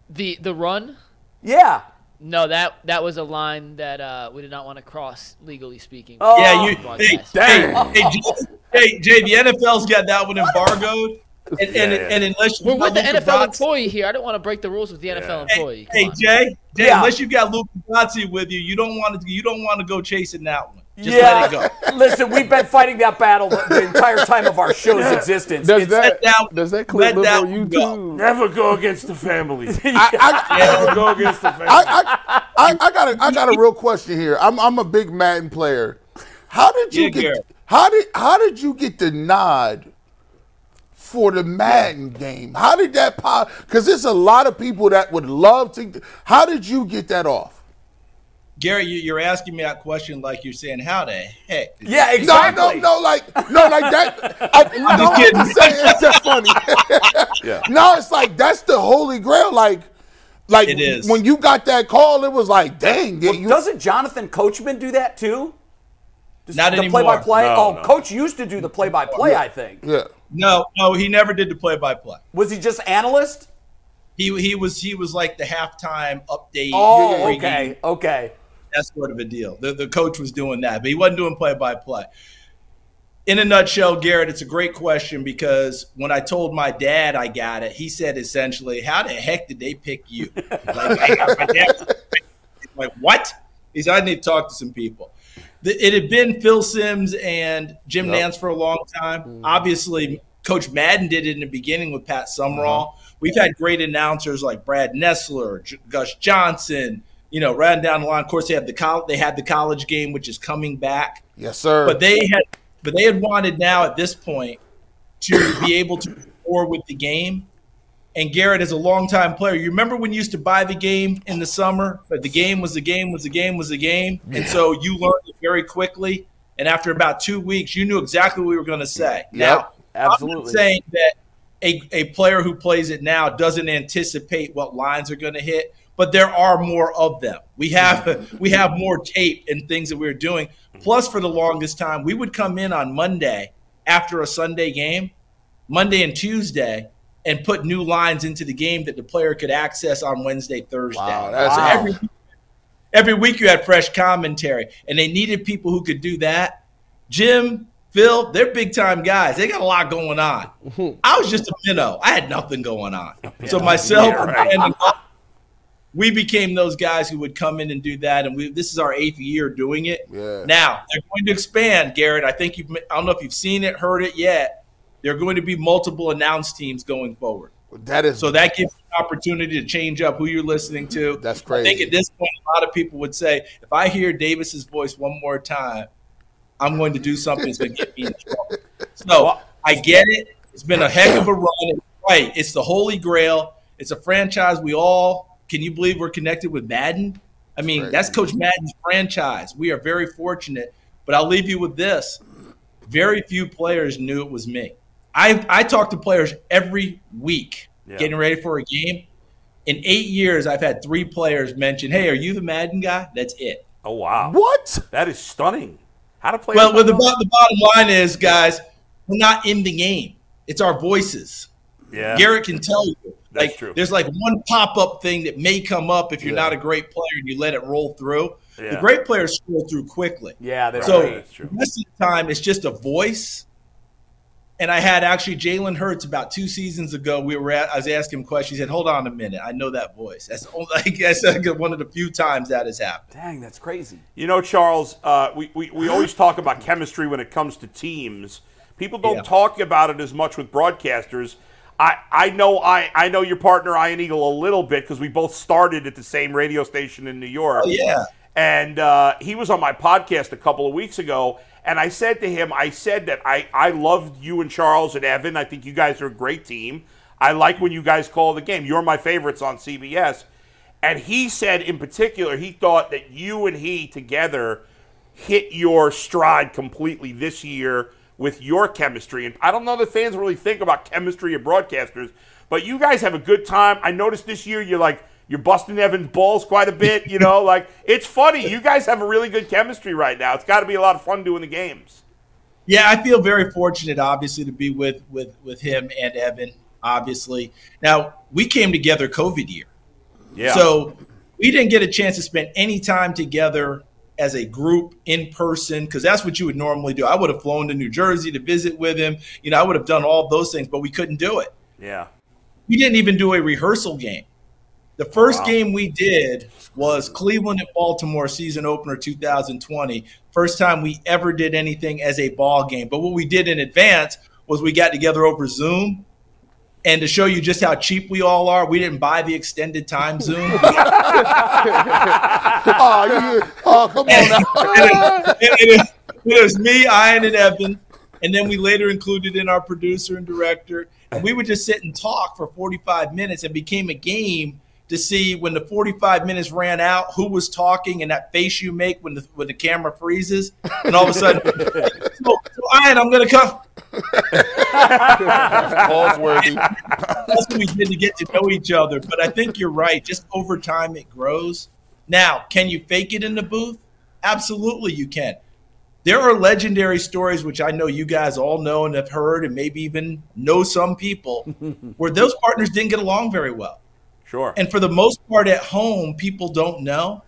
The the run.
Yeah.
No, that that was a line that uh, we did not want to cross, legally speaking.
Yeah,
Oh
you.
Broadcast.
Hey, hey, hey, Jay, hey, Jay, the NFL's got that one embargoed. And, and,
Yeah.
and unless you
We're with the
Luka
NFL
Doncic-
employee here. I don't want to break the rules with the NFL employee.
Hey,
Come on.
Jay, Jay,
Yeah.
unless you got Luke Gazzi with you, you don't want to. You don't want to go chasing that one. Just let it go.
listen, we've been fighting that battle the, the entire time of our show's existence.
Does
It's-
that,
let that-
does that
let
clip live
that
on
one
YouTube?
Never go against the family.
I,
Never go against the family.
I, I, I, I got a, I got a real question here. I'm, I'm a big Madden player. How did you
Yeah,
get?
Garrett.
How did, how did you get the nod for the Madden game? How did that pop? Because there's a lot of people that would love to. How did you get that off?
Gary, you, you're asking me that question like you're saying, "How the heck?"
yeah,
No,
exactly.
no, no, like no, like that. I, no,
just
I'm
kidding.
just saying it's just funny. No, it's like that's the holy grail. Like, like
It is.
when you got that call, it was like, dang, did you?
Doesn't Jonathan Coachman do that too? Just
Not
the
anymore.
play-by-play.
No,
oh,
no.
Coach used to do the play-by-play. I think.
Yeah.
No, no, he never did the play-by-play.
Was he just analyst?
He he was he was like the halftime update.
Oh,
pregame,
okay, okay.
That sort of a deal. The the coach was doing that, but he wasn't doing play-by-play. In a nutshell, Garrett, it's a great question because when I told my dad I got it, he said essentially, "How the heck did they pick you?" Like, I got my dad. like what? He said, I need to talk to some people. The- It had been Phil Sims and Jim Nance for a long time. Obviously, Coach Madden did it in the beginning with Pat Summerall. We've had great announcers like Brad Nessler, J- Gus Johnson. You know, right down the line. Of course, they had the col- they had the college game, which is coming back.
Yes, sir.
But they had, but they had wanted now at this point to be able to score with the game, And Garrett is a longtime player. You remember when you used to buy the game in the summer, but the game was the game was the game was the game, and so you learned it very quickly. And after about two weeks, you knew exactly what we were going to say. Now, I'm
absolutely.
not saying that a, a player who plays it now doesn't anticipate what lines are going to hit, but there are more of them. We have we have more tape and things that we are doing. Plus, for the longest time, we would come in on Monday after a Sunday game, Monday and Tuesday, and put new lines into the game that the player could access on Wednesday, Thursday.
Wow, that's
So every every week you had fresh commentary, and they needed people who could do that. Jim, Phil, they're big time guys. They got a lot going on. I was just a minnow. I had nothing going on. So myself and Brandon Huff, we became those guys who would come in and do that. And we this is our eighth year doing it.
Yeah.
Now they're going to expand, Garrett. I think you've I don't know if you've seen it, heard it yet. There are going to be multiple announced teams going forward.
That is
So that gives you an opportunity to change up who you're listening to.
That's
I think
crazy.
at this point, a lot of people would say, if I hear Davis's voice one more time, I'm going to do something that's going to get me in trouble. So I get it. It's been a heck of a run. Right. It's the holy grail. It's a franchise we all can you believe we're connected with Madden? I mean, that's Coach Madden's franchise. We are very fortunate. But I'll leave you with this very few players knew it was me. I I talk to players every week, getting ready for a game. In eight years, I've had three players mention, "Hey, are you the Madden guy?" That's it.
Oh wow.
what?
That is stunning. How to play?
Well, well the, bo- the bottom line is, guys, we're not in the game. It's our voices.
yeah.
Garrett can tell you.
That's
like,
true.
There's like one pop up thing that may come up if you're not a great player and you let it roll through. The
Yeah.
great players scroll through quickly.
Yeah, that's
So
Right,
great.
that's true.
most of the time, it's just a voice. And I had actually Jalen Hurts about two seasons ago. We were at, I was asking him questions. He said, "Hold on a minute, I know that voice." That's the only- like that's like one of the few times that has happened.
Dang, that's crazy.
You know, Charles, uh, we, we, we always talk about chemistry when it comes to teams. People don't
Yeah.
talk about it as much with broadcasters. I, I know I, I know your partner Ian Eagle a little bit because we both started at the same radio station in New York.
Oh, yeah.
And uh, he was on my podcast a couple of weeks ago, and I said to him, I said that I, I loved you and Charles and Evan. I think you guys are a great team. I like when you guys call the game. You're my favorites on CBS. And he said in particular, he thought that you and he together hit your stride completely this year with your chemistry. And I don't know that fans really think about chemistry of broadcasters, but you guys have a good time. I noticed this year you're like you're busting Evan's balls quite a bit, you know, like it's funny. You guys have a really good chemistry right now. It's gotta be a lot of fun doing the games.
Yeah, I feel very fortunate, obviously, to be with with with him and Evan. Obviously, now we came together COVID year.
Yeah.
So we didn't get a chance to spend any time together as a group in person because that's what you would normally do. I would have flown to New Jersey to visit with him. You know, I would have done all those things, but we couldn't do it.
Yeah.
We didn't even do a rehearsal game. The first game we did was Cleveland and Baltimore season opener 2020. First time we ever did anything as a ball game. But what we did in advance was we got together over Zoom. And to show you just how cheap we all are, we didn't buy the extended time Zoom.
Oh, you, oh come on now.
and it, it- it was me, Ian, and Evan. And then we later included in our producer and director. And we would just sit and talk for 45 minutes and became a game to see when the 45 minutes ran out, who was talking, and that face you make when the, when the camera freezes. And all of a sudden, so, so Ian, I'm going to come.
Ballsworthy.
that's what we did to get to know each other. But I think you're right. Just over time, it grows. Now, can you fake it in the booth? Absolutely, you can. There are legendary stories, which I know you guys all know and have heard, and maybe even know some people, where those partners didn't get along very well.
Sure.
And for the most part, at home, people don't know.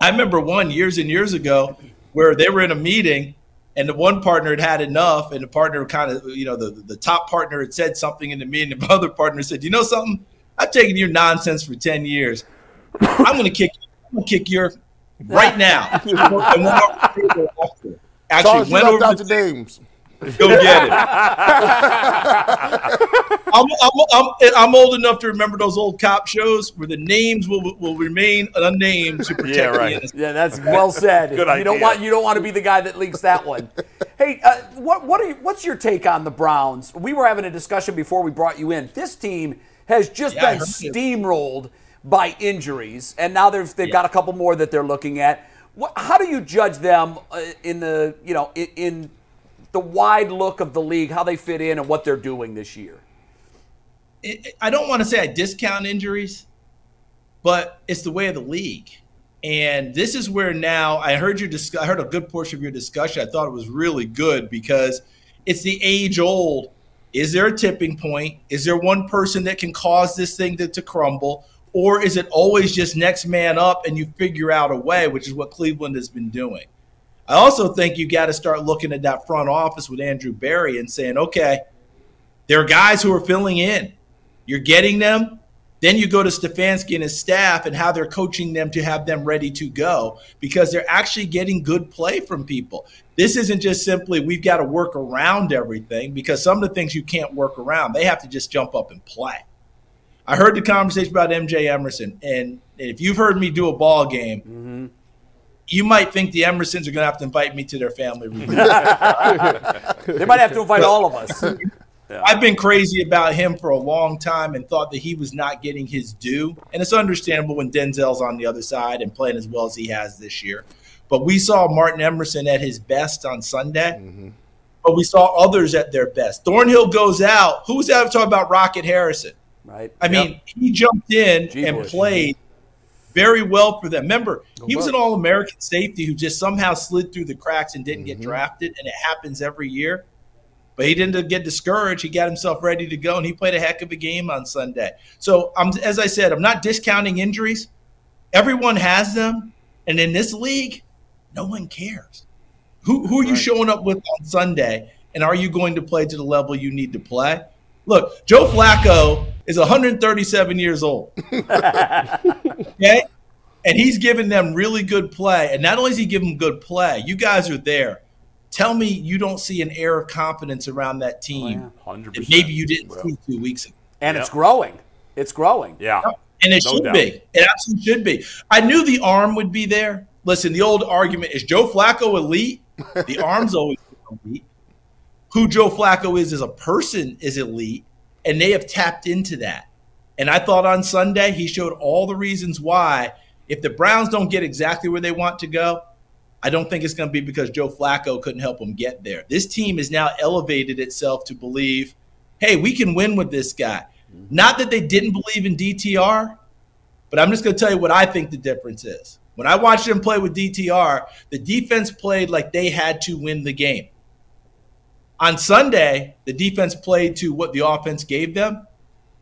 I remember one years and years ago where they were in a meeting and the one partner had had enough, and the partner kind of, you know, the, the top partner had said something in the meeting, and the other partner said, You know something? I've taken your nonsense for 10 years. I'm going to kick I'm gonna kick your right now. And went off the table after.
Charles,
Actually,
you
went
left
over
out
to
the names.
go get it. I'm, I'm, I'm, I'm old enough to remember those old cop shows where the names will, will remain unnamed to protect
Yeah,
the
right.
innocent.
Yeah, that's well said.
Good
You don't
idea.
want you don't want to be the guy that leaks that one. hey, uh, what what are you, what's your take on the Browns? We were having a discussion before we brought you in. This team has just
Yeah, I
been
heard you.
steamrolled by injuries, and now they've they've got a couple more that they're looking at. What, how do you judge them uh, in the you know in, in the wide look of the league, how they fit in, and what they're doing this year?
it, I don't want to say I discount injuries, but it's the way of the league. And this is where now I heard your dis- I heard a good portion of your discussion. I thought it was really good because it's the age old. Is there a tipping point? Is there one person that can cause this thing to, to crumble? Or is it always just next man up and you figure out a way, which is what Cleveland has been doing? I also think you got to start looking at that front office with Andrew Barry and saying, okay, there are guys who are filling in. You're getting them. Then you go to Stefanski and his staff and how they're coaching them to have them ready to go because they're actually getting good play from people. This isn't just simply we've got to work around everything because some of the things you can't work around, they have to just jump up and play. I heard the conversation about MJ Emerson, and if you've heard me do a ball game, you might think the Emersons are going to have to invite me to their family reunion.
They might have to invite all of us.
I've been crazy about him for a long time and thought that he was not getting his due. And it's understandable when Denzel's on the other side and playing as well as he has this year. But we saw Martin Emerson at his best on Sunday.
Mm-hmm.
But we saw others at their best. Thornhill goes out. Who was that talking about Rocket Harrison?
Right.
I
Yep. mm-hmm.
mean, he jumped in
Gee
and
whiz.
played very well for them. Remember, he was an All American safety who just somehow slid through the cracks and didn't
Mm-hmm.
get drafted, and it happens every year. But he didn't get discouraged. He got himself ready to go, and he played a heck of a game on Sunday. So, I'm, as I said, I'm not discounting injuries. Everyone has them, and in this league, no one cares. Who, who are you showing up with on Sunday? And are you going to play to the level you need to play? Look, Joe Flacco is 137 years old. okay? And he's giving them really good play. And not only is he giving them good play, you guys are there. Tell me you don't see an air of confidence around that team.
Hundred
that
percent.
maybe you didn't see two weeks ago.
and it's growing. It's growing.
Yeah.
And it
No
should
doubt.
be. It absolutely should be. I knew the arm would be there. Listen, the old argument is Joe Flacco elite? The arm's always elite. Who Joe Flacco is as a person is elite, and they have tapped into that. And I thought on Sunday he showed all the reasons why. If the Browns don't get exactly where they want to go, I don't think it's going to be because Joe Flacco couldn't help them get there. This team has now elevated itself to believe, hey, we can win with this guy. Not that they didn't believe in DTR, but I'm just going to tell you what I think the difference is. When I watched them play with DTR, the defense played like they had to win the game. On Sunday, the defense played to what the offense gave them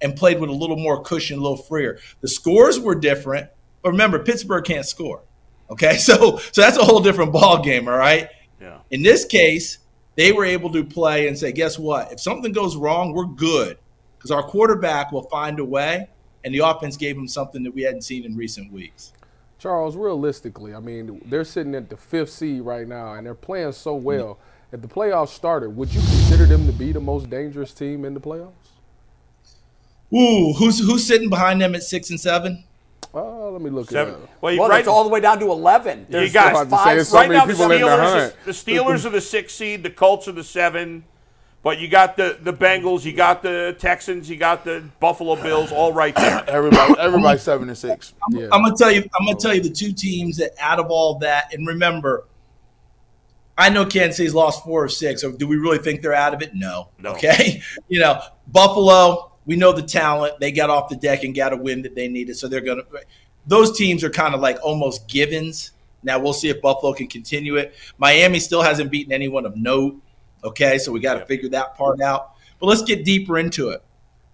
and played with a little more cushion, a little freer. The scores were different, but remember, Pittsburgh can't score. Okay, so so that's a whole different ball game. All right.
Yeah.
In this case, they were able to play and say, guess what? If something goes wrong, we're good because our quarterback will find a way. And the offense gave him something that we hadn't seen in recent weeks.
Charles, realistically, I mean, they're sitting at the fifth seed right now, and they're playing so
Mm.
well. If the playoffs started, would you consider them to be the most dangerous team in the playoffs?
Ooh, who's who's sitting behind them at six and seven?
Uh, let me look at it
Seven.
up.
Well, you
Well,
right
it's all the way down to 11. There's
guys-
five,
About to say, there's so
right
right
many
now the
people in the
Steelers,
hunt.
the Steelers are the six seed. The Colts are the seven. But you got the the Bengals, you got the Texans, you got the Buffalo Bills, all right there.
Everybody, everybody seven and six.
Yeah.
I'm gonna tell you. I'm gonna tell you the two teams that out of all that, and remember, I know Kansas City's lost four of six. So do we really think they're out of it? No.
No.
Okay. You know, Buffalo. We know the talent. They got off the deck and got a win that they needed, so they're gonna. Those teams are kind of like almost givens. Now we'll see if Buffalo can continue it. Miami still hasn't beaten anyone of note. Okay, so we got to figure that part out. But let's get deeper into it.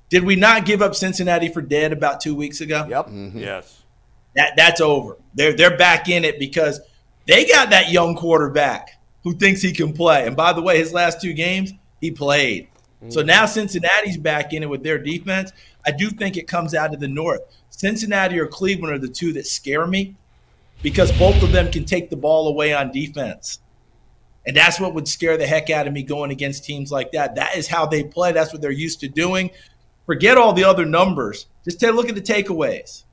Did we not give up Cincinnati for dead about two weeks ago?
Yep.
Mm.
Yes.
that that's over. They're they're back in it because they got that young quarterback who thinks he can play. And by the way, his last two games he played. So now Cincinnati's back in it with their defense. I do think it comes out of the north. Cincinnati or Cleveland are the two that scare me because both of them can take the ball away on defense. And that's what would scare the heck out of me going against teams like that. That is how they play. That's what they're used to doing. Forget all the other numbers. Just take a look at the takeaways.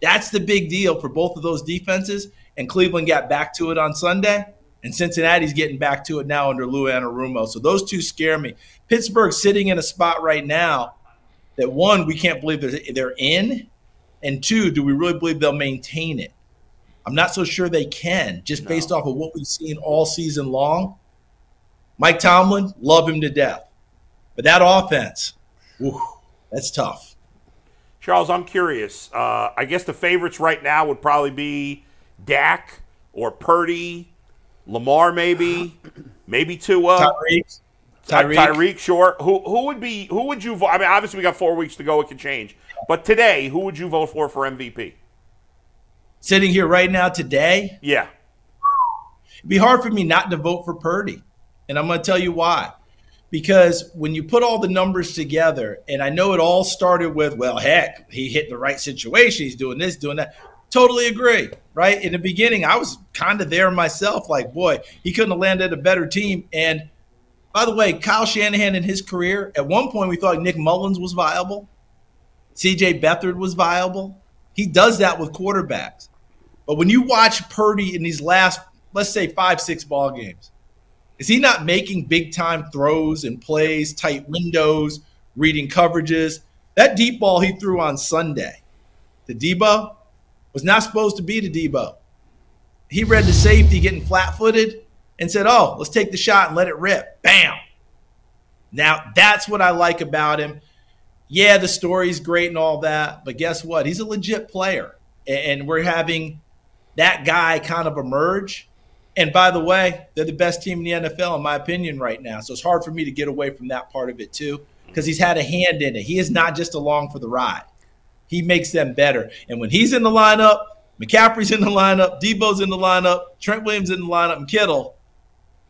That's the big deal for both of those defenses. And Cleveland got back to it on Sunday, and Cincinnati's getting back to it now under Lou Anarumo. So those two scare me. Pittsburgh sitting in a spot right now that one, we can't believe they're, they're in, and two, do we really believe they'll maintain it? I'm not so sure they can, just based off of what we've seen all season long. Mike Tomlin, love him to death, but that offense, whew, that's tough.
Charles, I'm curious. Uh, I guess the favorites right now would probably be Dak or Purdy, Lamar, maybe, maybe Tua,
Tyreek,
Ty-
Tyreek,
Tyreek. Sure. Who who would be? Who would you? Vo- I mean, obviously we got four weeks to go. It can change. But today, who would you vote for for MVP?
sitting here right now today,
Yeah.
it'd be hard for me not to vote for Purdy. And I'm going to tell you why. Because when you put all the numbers together, and I know it all started with, well, heck, he hit the right situation. He's doing this, doing that. Totally agree, right? In the beginning, I was kind of there myself, like, boy, he couldn't have landed a better team. And by the way, Kyle Shanahan in his career, at one point, we thought Nick Mullins was viable, CJ Beathard was viable. He does that with quarterbacks. But when you watch Purdy in these last, let's say, five, six ball games, is he not making big time throws and plays, tight windows, reading coverages? That deep ball he threw on Sunday to Debo was not supposed to be to Debo. He read the safety getting flat footed and said, Oh, let's take the shot and let it rip. Bam. Now, that's what I like about him yeah, the story's great and all that, but guess what? He's a legit player. And and we're having that guy kind of emerge. And by the way, they're the best team in the NFL, in my opinion, right now. So it's hard for me to get away from that part of it, too, because he's had a hand in it. He is not just along for the ride, he makes them better. And when he's in the lineup, McCaffrey's in the lineup, Debo's in the lineup, Trent Williams in the lineup, and Kittle.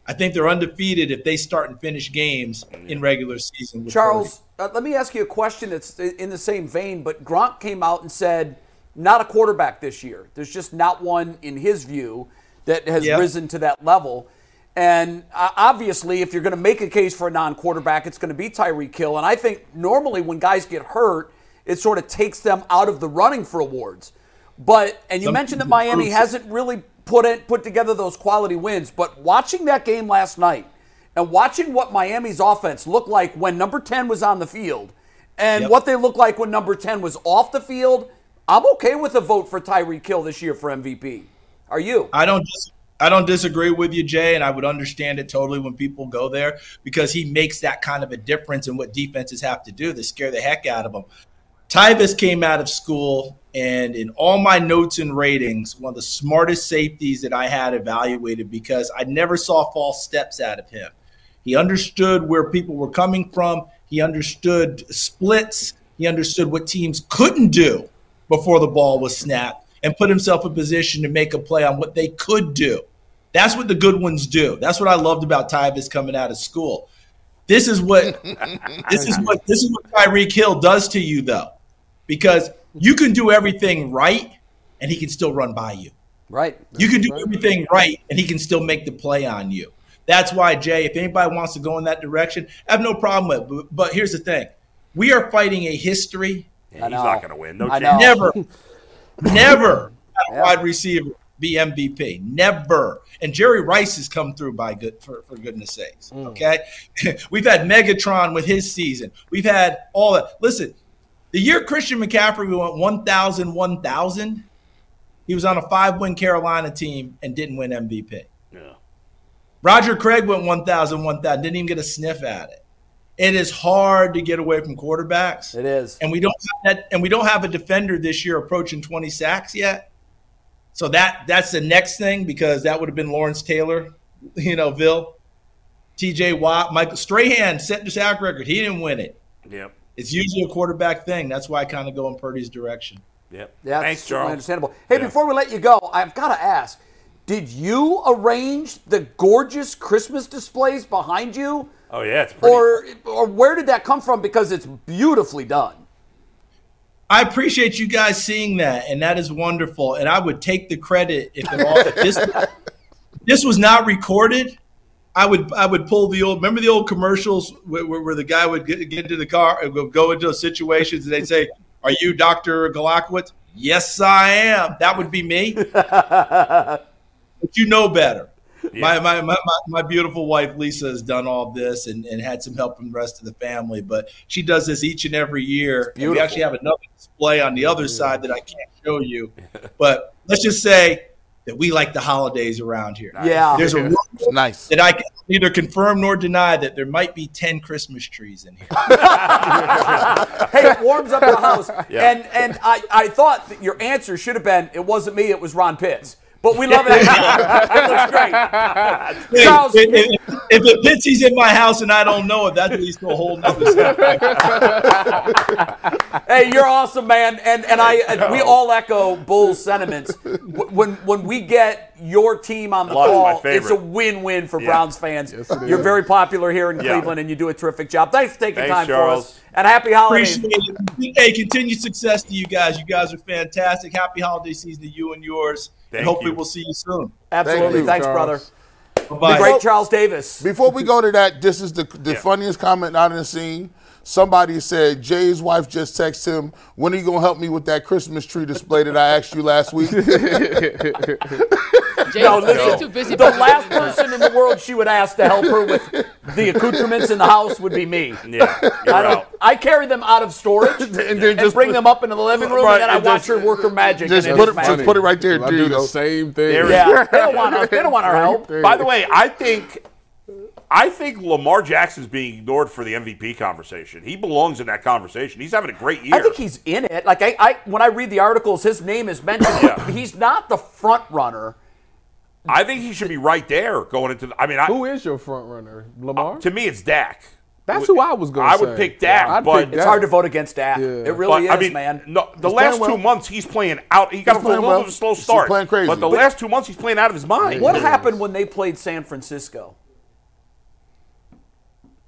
I think they're undefeated if they start and finish games in regular season. with Purdy.
Charles, uh, let me ask you a question that's i- in the same vein, but Gronk came out and said, not a quarterback this year. There's just not one, in his view, that has
Yeah.
risen to that level. And uh, obviously, if you're going to make a case for a non quarterback, it's going to be Tyreek Hill. And I think normally when guys get hurt, it sort of takes them out of the running for awards. But, and you mentioned that Miami hasn't really put it, put together those quality wins, but watching that game last night, and watching what Miami's offense looked like when number 10 was on the field and
Yep.
what they looked like when number 10 was off the field, I'm okay with a vote for Tyreek Hill this year for MVP. Are you?
I don't dis- I don't disagree with you, Jay, and I would understand it totally when people go there because he makes that kind of a difference in what defenses have to do. They scare the heck out of them. Tyvis came out of school, and in all my notes and ratings, one of the smartest safeties that I had evaluated because I never saw false steps out of him. He understood where people were coming from. He understood splits. He understood what teams couldn't do before the ball was snapped and put himself in position to make a play on what they could do. That's what the good ones do. That's what I loved about Tyvis coming out of school. This is what this is what this is what Tyreek Hill does to you though. Because you can do everything right and he can still run by you.
Right.
You can do everything right, and he can still make the play on you. That's why, Jay, if anybody wants to go in that direction, I have no problem with it. But, but here's the thing we are fighting a history.
I
He's
know.
not going to win. No
I
chance.
know.
Never, never had a wide receiver be MVP. Never. And Jerry Rice has come through by good for, for goodness sakes. Okay. We've had Megatron with his season. We've had all that. Listen, the year Christian McCaffrey went 1,000, 1,000. He was on a five win Carolina team and didn't win MVP.
Yeah.
Roger Craig went 1,000, 1,000, didn't even get a sniff at it. It is hard to get away from quarterbacks.
It is.
And we don't have that, and we don't have a defender this year approaching 20 sacks yet. So that that's the next thing because that would have been Lawrence Taylor, you know, Bill, TJ Watt, Michael Strahan set the sack record. He didn't win it.
Yep.
It's usually a quarterback thing. That's why I kind of go in Purdy's direction.
Yep.
That's
Thanks,
certainly
Charles.
understandable. Hey,
Yeah.
before we let you go, I've got to ask did you arrange the gorgeous Christmas displays behind you?
Oh yeah, it's pretty.
Or, or where did that come from? Because it's beautifully done.
I appreciate you guys seeing that, and that is wonderful. And I would take the credit if it all if this this was not recorded. I would I would pull the old remember the old commercials where, where, where the guy would get, get into the car and would go into situations and they would say, "Are you Doctor Galakowitz?" Yes, I am. That would be me. but you know better. My, my, my, my, my beautiful wife Lisa has done all this and, and had some help from the rest of the family, but she does this each and every year. And we actually have another display on the other side that I can't show you, but let's just say that we like the holidays around here.
Yeah.
There's a rumor
nice.
that I can neither confirm nor deny that there might be 10 Christmas trees in here.
hey, it warms up the house. And and I, I thought that your answer should have been it wasn't me, it was Ron Pitts. But we love it. it looks great. Charles-
if, if, if the Pitsy's in my house and I don't know it, that leads to a whole nother stuff.
Hey, you're awesome, man. And and I and we all echo Bull's sentiments. Wh- When when we get your team on the
Lost my
call,
favorite.
it's a win-win for Browns fans.
it
you're
is.
very popular here in
Yeah.
Cleveland, and you do a terrific job. Thanks for taking
Thanks,
time for us.
Charles.
And happy holidays.
Appreciate it. Hey, continued success to you guys. You guys are fantastic. Happy holiday season to you and yours.
Thank
and hopefully
you.
we'll see you soon.
Absolutely.
Thank you,
Thanks,
Charles.
brother.
Bye-bye.
Great Charles Davis.
Before we go to that, this is the the funniest comment out of the scene. Somebody said Jay's wife just texted him, "When are you gonna help me with that Christmas tree display that I asked you last week?"
Jay,
No,
he's
listen.
too busy.
The last person in the world she would ask to help her with the accoutrements in the house would be me.
Yeah, you're
I don't.
out.
I carry them out of storage and,
just
bring
put-
them up into the living room,
Right,
and then I
and
watch
just-
her work her magic.
just
and
put
it's
it-
magic.
just put it right there.
I
There
do
you go.
the same thing.
There it is.
Yeah, they don't want us. They don't want our help.
Right
By the way, I think I think Lamar Jackson's being ignored for the MVP conversation. He belongs in that conversation. He's having a great year.
I think he's in it. Like I, I when I read the articles, his name is mentioned.
Yeah.
He's not the front runner.
I think he should be right there going into. The, I mean, I,
Who is your front runner? Lamar?
to me, it's Dak.
That's who I was going to
I
say.
would pick Dak,
I'd
but-
pick
It's
Dak.
hard to vote against that. It
But,
really is,
I mean,
man.
No, the
He's
last
playing well.
two months he's playing out. He got
He's
off a little
playing well.
bit of a slow
He's
start,
playing crazy.
but the
But-
last two months he's playing out of his mind.
What happened when they played San Francisco?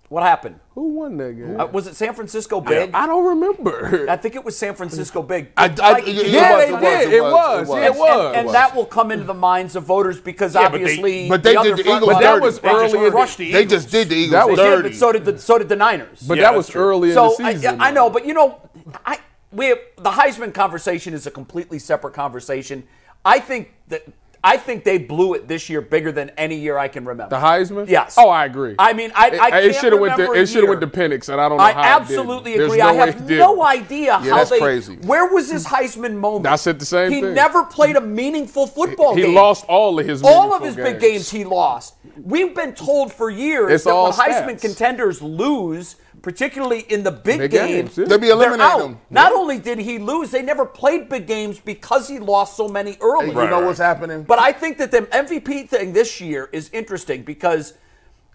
What happened?
Who won that game?
Uh, was it San Francisco big?
I don't remember.
I think it was San Francisco big.
I- I-
Like,
it-
you know,
it
yeah,
was,
they
it
did.
was,
It
it
was.
was, it
It
was.
was.
And that will come into the minds of voters because
Yeah, but they-
obviously
but they
the
did
other
the
front
Eagles
line-
But that was
They just
early in
crushed the
the
they
Eagles.
just did the Eagles.
That
They
was
did,
dirty.
but so did the so did the Niners.
But
Yeah,
that was
that's true.
early
so
in the season.
I, I know, but you know, I we the Heisman conversation is a completely separate conversation. I think that I think they blew it this year bigger than any year I can remember.
the Heisman.
Yes.
Oh, I agree.
I mean, I- I
it
can't
shoulda went to
remember a
it should have went to
year.
Penix, and I don't know
I
how. it
absolutely
didn't. There's
agree.
No
I
way
have
it didn't.
no idea how
that's
they.
crazy.
Where was his Heisman moment?
I said the same
He
thing.
never played a meaningful football
He
game.
lost all of his
all of
meaningful
his big games he lost. We've been told for years
It's
that when
all
Heisman
stats.
contenders lose, particularly in the big,
Big
games,
games, yeah.
They be
they're out.
eliminating them.
Not only did he lose, they never played big games because he lost so many early.
You know what's happening?
But I think that the MVP thing this year is interesting because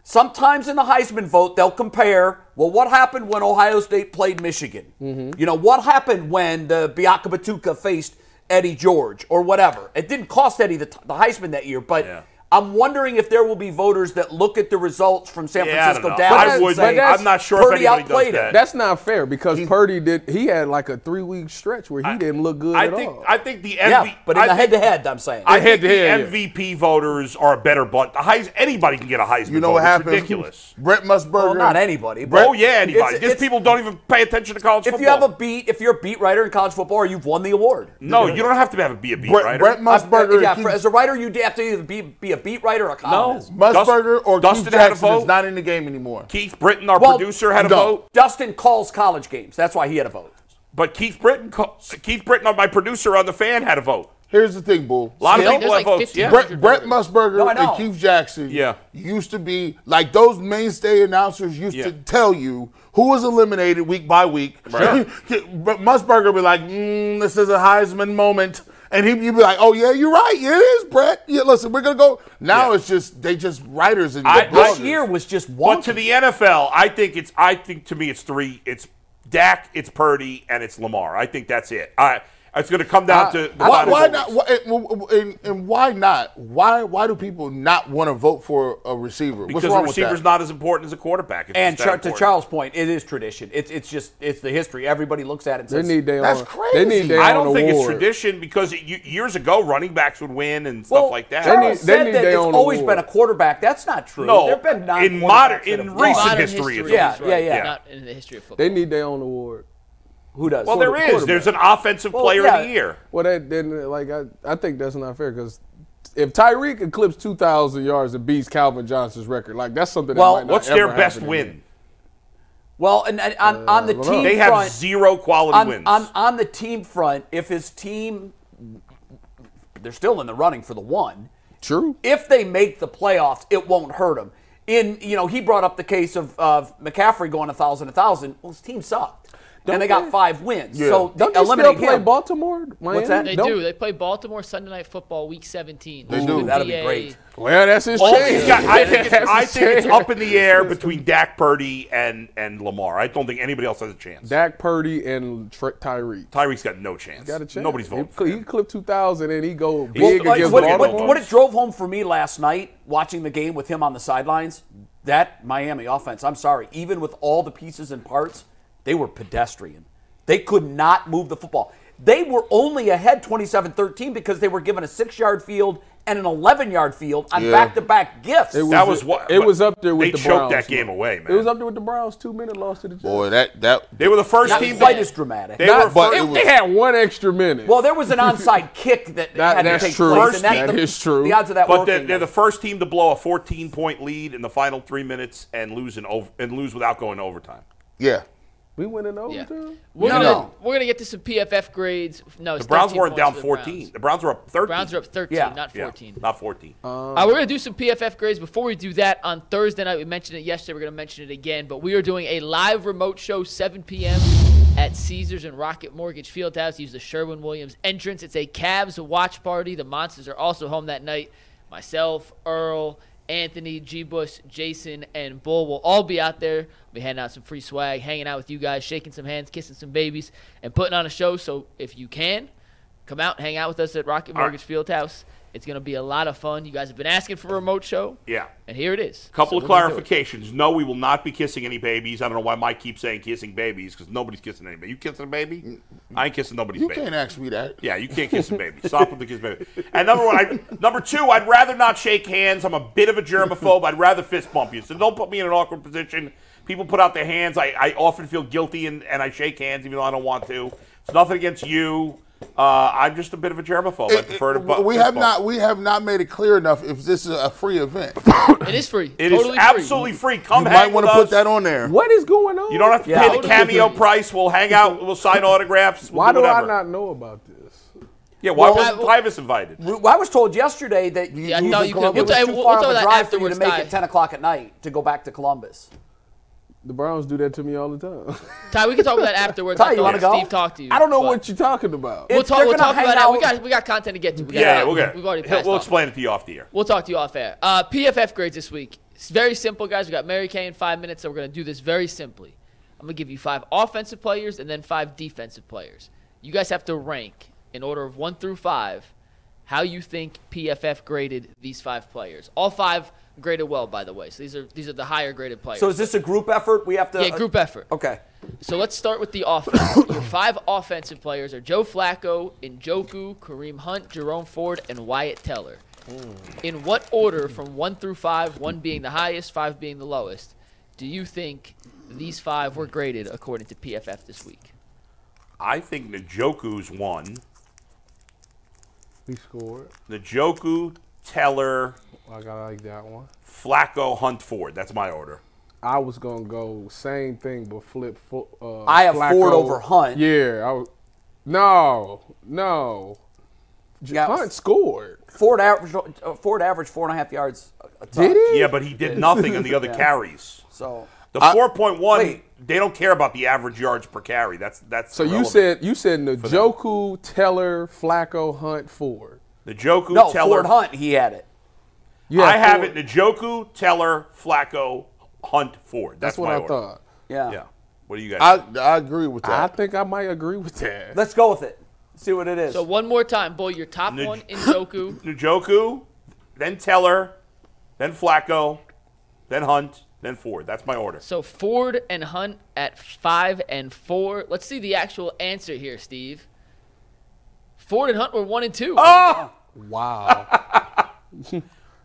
sometimes in the Heisman vote, they'll compare, well, what happened when Ohio State played Michigan?
Mm-hmm.
You know, what happened when the Biaka Batuka faced Eddie George or whatever? It didn't cost Eddie the, the Heisman that year, but
Yeah.
I'm wondering if there will be voters that look at the results from San
Yeah, I don't
Francisco
know.
Dallas
I
and
would.
say,
I'm not sure
Purdy
if anybody does
outplayed him.
that.
That's not fair because Purdy did. He had like a three week stretch where he didn't look good
I
at
think
all.
I think the MVP.
Yeah, but in
I
the
think-
head-to-head, I'm saying.
I think
head-to-head, yeah.
the MVP voters are a better bunch. The Heis, anybody can get a Heisman.
you know
vote.
what
It's
happened?
Ridiculous.
Brett Musburger.
well, not anybody. but
Oh yeah, anybody.
it's-
These
it's-
people don't even pay attention to college
If
football.
you have a beat, if you're a beat writer in college football, or you've won the award.
no, you don't have to have a be a beat
Brett,
writer.
Brett Musburger.
yeah,
and
for-
Keith-
as a writer, you have to either be, be a beat writer or a columnist.
Musburger or
Dustin
Keith
had a
Jackson
vote.
is not in the game anymore.
Keith Britton, our
Well,
producer, had a
no.
vote,
Dustin calls college games. That's why he had a vote.
but Keith Britton, co- Keith Britton, my producer on the fan, had a vote.
Here's the thing, Bull.
A lot
Still?
of people
There's
had
like
votes.
50
Yeah.
Brett, Brett Musburger
No, I know.
and Keith Jackson
Yeah.
used to be like those mainstay announcers used
Yeah.
to tell you who was eliminated week by week.
Right.
but Musburger would be like, mm, "This is a Heisman moment," and he'd you'd be like, "Oh yeah, you're right. Yeah, it is, Brett. Yeah, listen, we're gonna go." Now
Yeah.
it's just they just writers and
I-
This
This
bloggers.
year was just one.
But to the NFL, I think it's I think to me it's three. It's Dak, it's Purdy, and it's Lamar. I think that's it. I it's going to come
Uh,
down to the
Why,
final
why
votes.
not? Why, and- and, and why not? Why why do people not want to vote for a receiver?
Because
What's
the
wrong
receiver's
with that?
not as important as a quarterback. It's
and
just that
Char- to
important.
Charles' point, it is tradition. It's it's just it's the history. Everybody looks at it. And
They
says,
need their
That's
own. They
crazy.
need their
I
own
don't think it's
award.
tradition because it, you, years ago running backs would win and stuff
well,
like that.
Charles
They need- they
said
need
that
their
it's
own
always
award.
been a quarterback. That's not true.
No,
there've been nine
in modern-
quarterbacks that
in
have-
recent
Modern
history, it's
Yeah,
always right.
yeah, yeah.
Not in the history of football.
They need their own award.
who does?
well, there is. There's an offensive
Well,
player
yeah.
of the year.
Well, that then like I, I think that's not fair because if Tyreek eclipses 2,000 yards and beats Calvin Johnson's record, like that's something.
Well,
that might not
What's
ever
their best
happen
win?
again.
Well, and, and on, on the
well,
team
They have
front,
zero quality
on,
wins.
on on the team front. If his team, they're still in the running for the one.
True.
If they make the playoffs, it won't hurt him. In you know, he brought up the case of, of McCaffrey going a thousand, a thousand. Well, his team sucked, and they got
they-
five wins. So they
Don't they still
eliminate
play
him.
Baltimore? Miami?
that?
They
Don't-
do. They play Baltimore Sunday Night Football Week 17.
They
This
do.
would
That'd be
a-
great.
Well, that's his
All
chance.
these guys, I think, it's,
That's
I
his
think it's
chance.
up in the air between Dak Purdy and, and Lamar. I don't think anybody else has a chance.
Dak Purdy and Tr- Tyreek.
Tyreek's got no chance.
Got a chance.
Nobody's voting.
He,
for him.
he clipped 2,000 and he go
Well,
big
Like,
against
what,
Baltimore.
what- what it drove home for me last night, watching the game with him on the sidelines, that Miami offense, I'm sorry, even with all the pieces and parts, they were pedestrian. They could not move the football. They were only ahead 27 13 because they were given a six yard field and an 11 yard field on
Yeah.
back to back gifts.
That was what-
it was up there with
they
the
choked
Browns.
that game away, man.
It was up there with the Browns. Two minute loss to the Jets.
Boy, that that
they were the first
not
team.
quite
that-
as dramatic.
they
Not-
were
but
fir-
it was-
they had one extra minute.
well, there was an onside kick that,
That-
had to
that's
take
true.
place.
First
and
team-
the,
that is true.
The odds of that
but
working.
they're, they're the first team to blow a 14 point lead in the final three minutes and lose in over, and lose without going to overtime.
yeah.
we went in
Yeah.
overtime.
We're
No.
gonna
No.
we're gonna get to some PFF grades. No, it's
The Browns
13
weren't
points
down
for the
14.
Browns.
The Browns were up 13.
Browns are up 13,
Yeah.
not
Yeah,
14.
not 14.
Uh, we're going to do some PFF grades. Before we do that, on Thursday night, we mentioned it yesterday. We're going to mention it again. But we are doing a live remote show, 7 p.m. at Caesars and Rocket Mortgage Fieldhouse. Use the Sherwin Williams entrance. It's a Cavs watch party. The Monsters are also home that night. Myself, Earl, Anthony, G. Bush, Jason, and Bull will all be out there. We'll be handing out some free swag, hanging out with you guys, shaking some hands, kissing some babies, and putting on a show. So if you can, come out, hang out with us at Rocket
right.
Mortgage Fieldhouse. It's going to be a lot of fun. You guys have been asking for a remote show.
Yeah.
And here it is.
Couple
So
of
we're gonna do it.
clarifications. No, we will not be kissing any babies. I don't know why Mike keeps saying kissing babies because nobody's kissing anybody. You kissing a baby? I ain't kissing nobody's
Mm, You
baby.
can't ask me that.
Yeah, you can't kiss a baby. Stop with the kiss baby. And number one, I, number two, I'd rather not shake hands. I'm a bit of a germaphobe. I'd rather fist bump you. So don't put me in an awkward position. People put out their hands. I, I often feel guilty and, and I shake hands even though I don't want to. It's nothing against you. Uh, I'm just a bit of a germaphobe. I
It- it-
prefer to. bu-
we
fist
have
bump.
not we have not made it clear enough if this is a free event.
It is free.
It is
totally
absolutely
free.
free. Come
you
hang
might want
with
to
us.
put that on there.
What is going on?
You don't have to pay the
Totally
cameo
free.
price. We'll hang out. We'll sign autographs. We'll
Why do I
whatever.
not know about this?
Yeah, why
Well,
wasn't
I-
Tyvis invited?
I was told yesterday that you,
Yeah, no,
it
you
was
could- we'll
too
tell-
far
we'll
of
tell
a
that
drive for you to
afterwards,
make
Ty.
it 10 o'clock at night to go back to Columbus.
The Browns do that to me all the time.
Ty, we can talk about that afterwards.
Ty,
I
you
thought
wanna go?
Steve talked to you.
I don't know
but
what you're talking about.
We'll
It's-
talk,
they're
we'll
gonna
talk
hang
about that. We
out-
got, we got content to get to. We got-
Yeah, we'll get.
We've already
He'll-
passed
We'll
on.
explain it to you off the air.
We'll talk to you off air. Uh, PFF grades this week. It's very simple, guys. We got Mary Kay in five minutes, so we're going to do this very simply. I'm going to give you five offensive players and then five defensive players. You guys have to rank in order of one through five how you think PFF graded these five players. All five graded well, by the way. So these are these are the higher graded players.
So is uh, this a group effort? We have to.
yeah, group effort.
Okay.
So let's start with the offense. Your five offensive players are Joe Flacco, Njoku, Kareem Hunt, Jerome Ford, and Wyatt Teller. In what order, from one through five, one being the highest, five being the lowest, do you think these five were graded according to PFF this week?
I think Njoku's one.
He scored.
Njoku, Teller,
I got like that one.
Flacco, Hunt, Ford. That's my order.
I was gonna go same thing, but flip. Fo- uh,
I have
Flacco.
Ford over Hunt.
Yeah. I was, no, no. J-
Yeah.
Hunt scored.
Ford average. uh, Ford average four and a half yards. A touch.
Did he?
Yeah, but he did nothing on the other carries.
So
The 4.1,
wait.
they don't care about the average yards per carry. That's that's.
So you
irrelevant.
said you said Njoku, Teller, Flacco, Hunt, Ford.
Njoku,
no,
Teller,
Ford Hunt. He had it.
You
I have
Ford.
it. Njoku, Teller, Flacco, Hunt, Ford. That's,
That's what
my
I
order.
thought.
Yeah.
Yeah. What do you guys?
I I agree with
I
that.
think I might agree with that.
Let's go with it. See what it is.
So one more time, boy, your top
Nj-
one, Njoku.
Njoku, then Teller, then Flacco, then Hunt, then Ford. That's my order.
So Ford and Hunt at five and four. Let's see the actual answer here, Steve. Ford and Hunt were one and two.
Wow.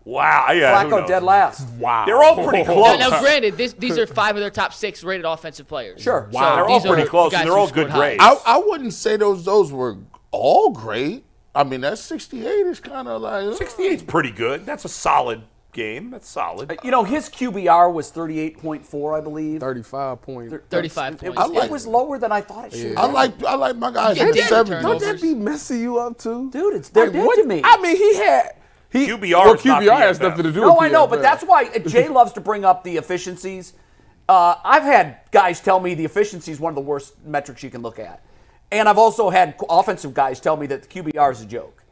Wow. Yeah. who
Flacco
knows?
dead last.
wow.
They're all pretty
Oh,
Now,
close.
now, granted, this, these are five of their top six rated offensive players.
Sure.
So
They're all
these are
pretty
the
close,
guys
and they're
who
all
scored
good
high.
grades.
I, I wouldn't say those those were all great. I mean, that 68 is kind of like. uh,
68's pretty good. That's a solid game. That's solid.
You know, his QBR was 38.4, I believe.
35 points.
35
It
points.
was,
like
it was lower than I thought it should.
I like I like my guys
Yeah,
in the
Dan
70s.
Don't that be messing you up too?
Dude, it's they're dead
what-
to me.
I mean, he had he
QBR
Well,
is not
QBR has
PFF.
nothing to do with
No, I know, but
PFF.
that's why uh, Jay loves to bring up the efficiencies. Uh, I've had guys tell me the efficiency is one of the worst metrics you can look at, and I've also had qu- offensive guys tell me that the QBR is a joke.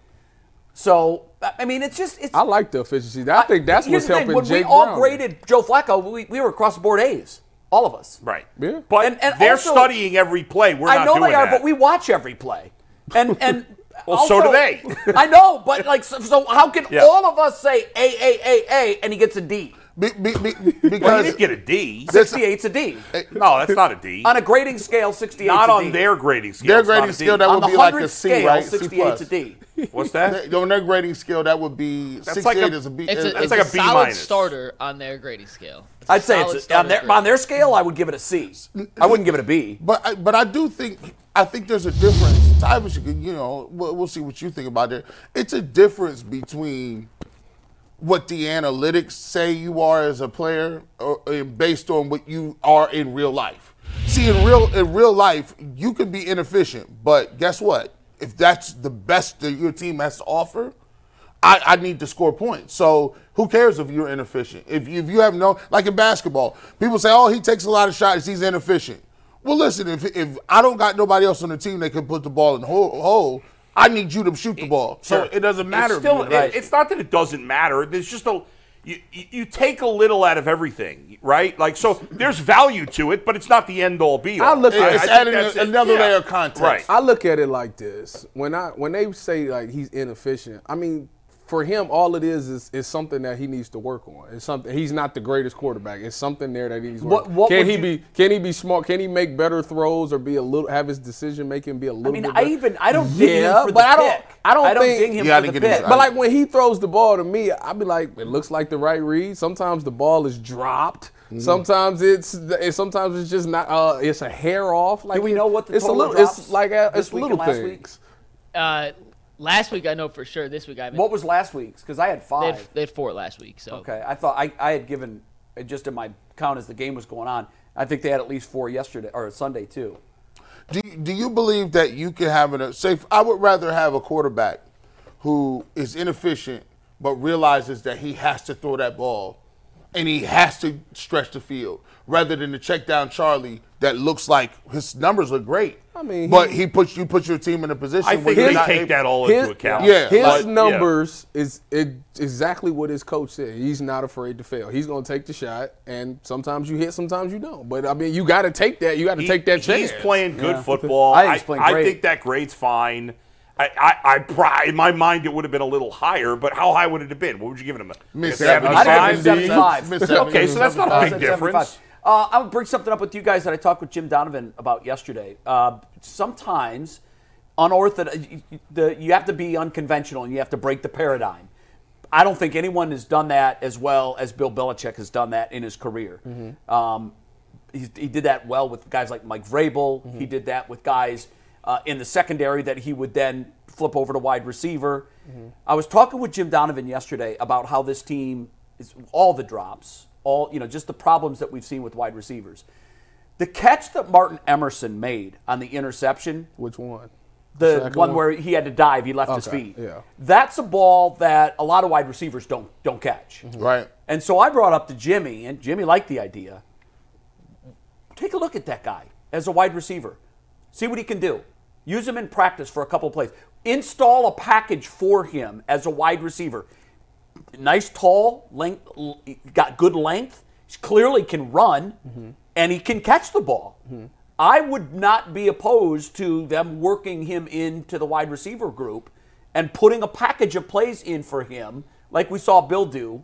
So I I mean, it's just it's.
I like the efficiency. I think that's
here's
what's
the thing,
helping
When we
Jake
all
Brown.
graded Joe Flacco, we, we were across the board A's, all of us.
Right.
Yeah.
But
And- and
they're
also-
studying every play. We're
I
not
know
doing
they are,
that.
but we watch every play, and and
Well, so
also-
do they.
I know, but like, so, so how can
Yeah.
all of us say A A A A and he gets a D?
Be, be, be,
Well, you
because
didn't get a D.
That's-
68's a D.
No, that's not a D.
On a grading scale, 68
not
a
on
D.
their grading scale.
their
It's not
grading
a D.
scale, that
on
would
the
be like a
hundred
C,
scale,
right? C
68 's
plus.
a D.
What's that?
They- On their grading scale, that would be
That's
68
like a-
is a B.
It's a,
is-
it's
like
a,
a B
solid
minus.
starter on their grading scale. It's a
I'd say
solid
it's on
starter
their
grade.
on their scale. I would give it a C. I wouldn't give it a B.
But I, but I do think I think there's a difference. Tyvus, you could- you know, we'll, we'll see what you think about it. It's a difference between what the analytics say you are as a player, or, and based on what you are in real life. See, in real in real life, you could be inefficient, but guess what? If that's the best that your team has to offer, I, I need to score points. So who cares if you're inefficient? If you, if you have no like in basketball, people say, "Oh, he takes a lot of shots. He's inefficient." Well, listen, if if I don't got nobody else on the team that can put the ball in the hole, hole I need you to shoot the ball. So
Sure.
it doesn't
It's,
matter. if
still,
you're
it-
right.
it's not that it doesn't matter. There's just a you, you you take a little out of everything, right? Like so, there's value to it, but it's not the end all be all.
I look at-
I
it's
think
adding
that's
a-
it.
another
Yeah.
layer of context.
Right.
I look at it like this: when I when they say like he's inefficient, I mean for him all it is is, is something that he needs to work on. It's something he's not the greatest quarterback. It's something there that he's
What-
working.
what
can
would
he
you-
be can he be smart? Can he make better throws or be a little have his decision making be a little
I mean,
bit
I
better?
even I don't dig
Yeah,
him for
but
the
I don't-
pick.
I don't
I don't
think-
dig him
Yeah, I
for
didn't
the
get his-
pick.
But like when he throws the ball to me, i be like, it looks like the right read. Sometimes the ball is dropped.
Mm.
Sometimes it's it, sometimes it's just not. Uh, it's a hair off. Like
Do we
it-
know what the
it's a
total
little.
drops
It's like a,
this
it's
week
little
and last
things.
week?
Uh, last week I know for sure. This week I haven't.
what was last week's? Because I had
they had,
five.
they had four last week. So
Okay, I thought I, I had given uh, just in my count as the game was going on. I think they had at least four yesterday or Sunday too.
Do you, do you believe that you can have an safe? I would rather have a quarterback who is inefficient but realizes that he has to throw that ball and he has to stretch the field rather than the check down Charlie that looks like his numbers are great. I
mean,
but
he-
he puts you put your team in a position.
I
where
think
you're
they
not
take
able-
that all
His,
into account.
Yeah.
his
But-
numbers is it, exactly what his coach said. He's not afraid to fail. He's gonna take the shot, and sometimes you hit, sometimes you don't. But I mean, you got to take that. You got to
He-
take that chance.
He's playing good football.
I think he's playing great.
think that grade's fine. I, I, I pri- in my mind it would have been a little higher, but how high would it have been? What would you give him? A, a
Miss
I'd
75?
have given him 75.
Miss 75.
Okay, so that's not a big
Seven
difference.
seventy-five. Uh, I would bring something up with you guys that I talked with Jim Donovan about yesterday. Uh, sometimes, unorthodox, you, you- the, you have to be unconventional and you have to break the paradigm. I don't think anyone has done that as well as Bill Belichick has done that in his career. Um, he, he did that well with guys like Mike Vrabel. He did that with guys uh, in the secondary that he would then flip over to wide receiver. I was talking with Jim Donovan yesterday about how this team is all the drops, all you know, just the problems that we've seen with wide receivers. The catch that Martin Emerson made on the interception,
Which one?
the
Second
one where he had to dive, he left his
Okay,
feet.
yeah.
That's a ball that a lot of wide receivers don't don't catch.
Right.
And so I brought up to Jimmy, and Jimmy liked the idea. Take a look at that guy as a wide receiver. See what he can do. Use him in practice for a couple of plays. Install a package for him as a wide receiver. Nice, tall, length, l- got good length. He clearly can run, and he can catch the ball. I would not be opposed to them working him into the wide receiver group and putting a package of plays in for him, like we saw Bill do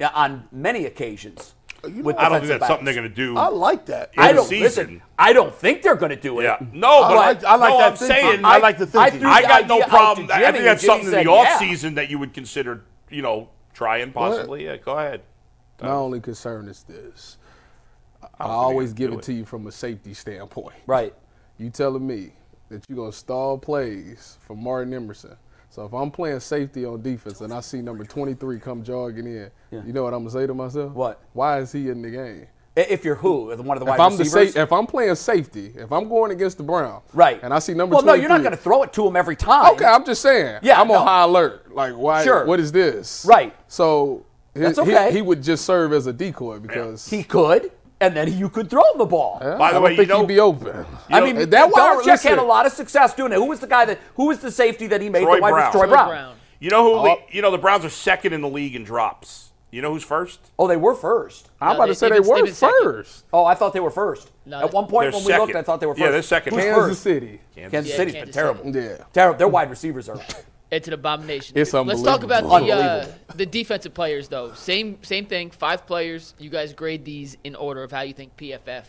uh, on many occasions. with
I don't think
defensive
that's
backs.
something they're going to do.
I like that.
Yeah.
I
in the
don't
season.
listen. I don't think they're going to do it.
yeah. No, but
I like, I like
no,
that.
I'm
thinking.
saying
I like the
I
thinking.
threw
I got no
idea out
problem.
to
I
Jimmy,
think
and
that's
Jimmy
something in the
said,
off
yeah.
season that you would consider, you know, try and possibly. Yeah, go ahead.
My only concern is this. I always give it to you from a safety standpoint.
Right.
You telling me that you're gonna stall plays for Martin Emerson. So if I'm playing safety on defense and I see number 23 come jogging in, you know what I'm gonna say to myself?
What?
Why is he in the game?
I- If you're who, one of the
If
wide
I'm the
receivers.
safe, if I'm playing safety, if I'm going against the Browns,
right.
and I see number
Well, no, you're not
23.
going to throw it to him every time.
Okay, I'm just saying.
Yeah,
I'm
no.
on high alert. Like, why?
Sure.
What is this?
Right.
So he,
That's
he-
okay.
he, would just serve as a decoy because
He could, and then you could throw him the ball.
By the
I don't
way, you
think
know-
he'd be open.
I mean,
And that why-
Belichick
listen.
had a lot of success doing it. Who was the guy that? Who was the safety that he made?
Troy
the wide
Brown.
Troy
Troy
Brown.
Brown.
You know who? le- you know the Browns are second in the league in drops. You know who's first?
Oh, they were first.
I'm about
they-
to say
they've
they
been- they've
were
been second.
first.
Oh, I thought they were first.
No,
At
they-
one point
They're
when we
second.
looked, I thought they were first.
Yeah, they're second.
Who's
Kansas
first?
City.
Kansas
Yeah,
City's been
Kansas
terrible.
Yeah.
Terrible. Their wide receivers are.
It's an abomination.
It's
Let's talk about
unbelievable.
the uh,
Unbelievable.
the defensive players though. Same same thing. Five players. You guys grade these in order of how you think PFF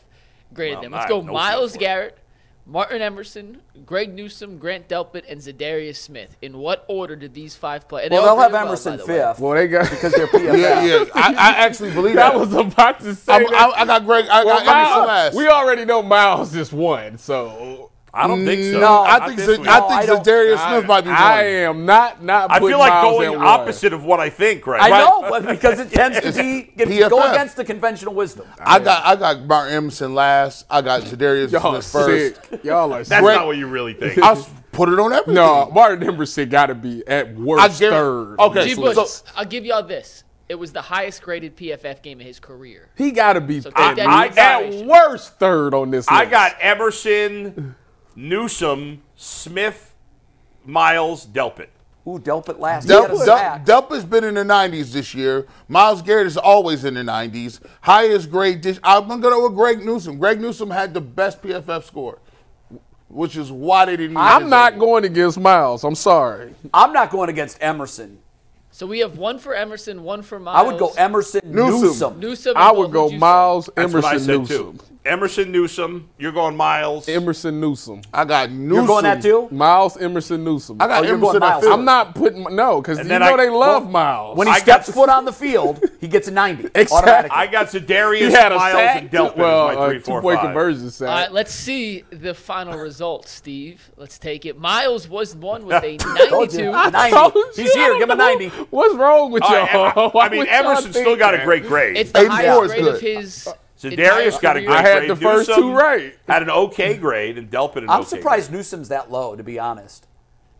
graded
Well,
them. Let's
I
go.
have no feel
Miles
for it.
Garrett, Martin Emerson, Greg Newsom, Grant Delpit, and Zadarius Smith. In what order did these five play? And they
Well,
all
they'll have
graded well,
Emerson
by the way.
fifth
Well, they got
because they're PFF.
Yeah, yeah. I, I actually believe that.
I was about to say
I'm,
that.
I, I got Greg. I
Well,
got Emerson
Miles-
last.
we already know Miles is one, so
I don't think so.
No,
I
Not
think
this
Z-
week.
No,
I
I
think
don't-
Zadarius Smith might be one.
I am not not.
I feel
putting
like
Miles
going
at one.
opposite of what I think, right?
I
Right.
know, but because it tends to be if you go
PFF.
against the conventional wisdom.
I got I got Martin Emerson last. I got Zadarius
Y'all are
Smith first.
sick. Y'all are
That's
sick.
not what you really think.
I s- put it on everything.
No, Martin Emerson got to be at
I
worst
guarant-
third.
Okay,
G.
so-
Bush,
so-
I'll give y'all this. It was the highest graded PFF game of his career.
He got to be
take
at,
that
I
into
got
consideration.
worst third on this.
I
list.
got Emerson, Newsom, Smith, Miles, Delpit.
Who Delpit last? He had a
Delp,
sack.
Delp, Delp has been in the 90s this year. Miles Garrett is always in the 90s. Highest grade dish. I'm going to go with Greg Newsom. Greg Newsom had the best PFF score, which is why they didn't.
I'm not going against Miles. I'm sorry.
I'm not going against Emerson.
So we have one for Emerson, one for Miles.
I would go Emerson Newsom.
Newsom.
Newsom.
I
and
would
Bo-
go
who'd you say?
Miles
That's
Emerson
what I said
Newsom.
too. Emerson Newsom. You're going Miles.
Emerson Newsom.
I got Newsom.
You're going that too?
Miles Emerson Newsom.
I got
Oh, you're going
Emerson at
Miles.
fifth.
I'm not putting no because you
And
know
then I-
they love
well,
Miles.
When he
I got
steps
the-
foot on the field, he gets a 90
Exactly.
automatically.
I got Zadarius,
he had a
Miles,
sack,
and Delpit.
well, uh,
is my three,
a
four,
two-point
five.
conversion sack.
All right, let's see the final result, Steve. Let's take it. Miles was one with a 92.
you.
I
90.
told
He's
you,
here.
Oh, I
Give him a
don't
90.
know. What's wrong with
All right,
y'all?
I, I
Why
mean,
would y'all
Emerson
think
still got a
that?
great grade.
It's the
84
highest
is
grade
good.
of his. entire
Zadarius got a
career.
great
I had
grade.
the first
Newsom
two right.
Had an okay grade, and Delpit an
I'm
okay
surprised Newsom's that low, to be honest.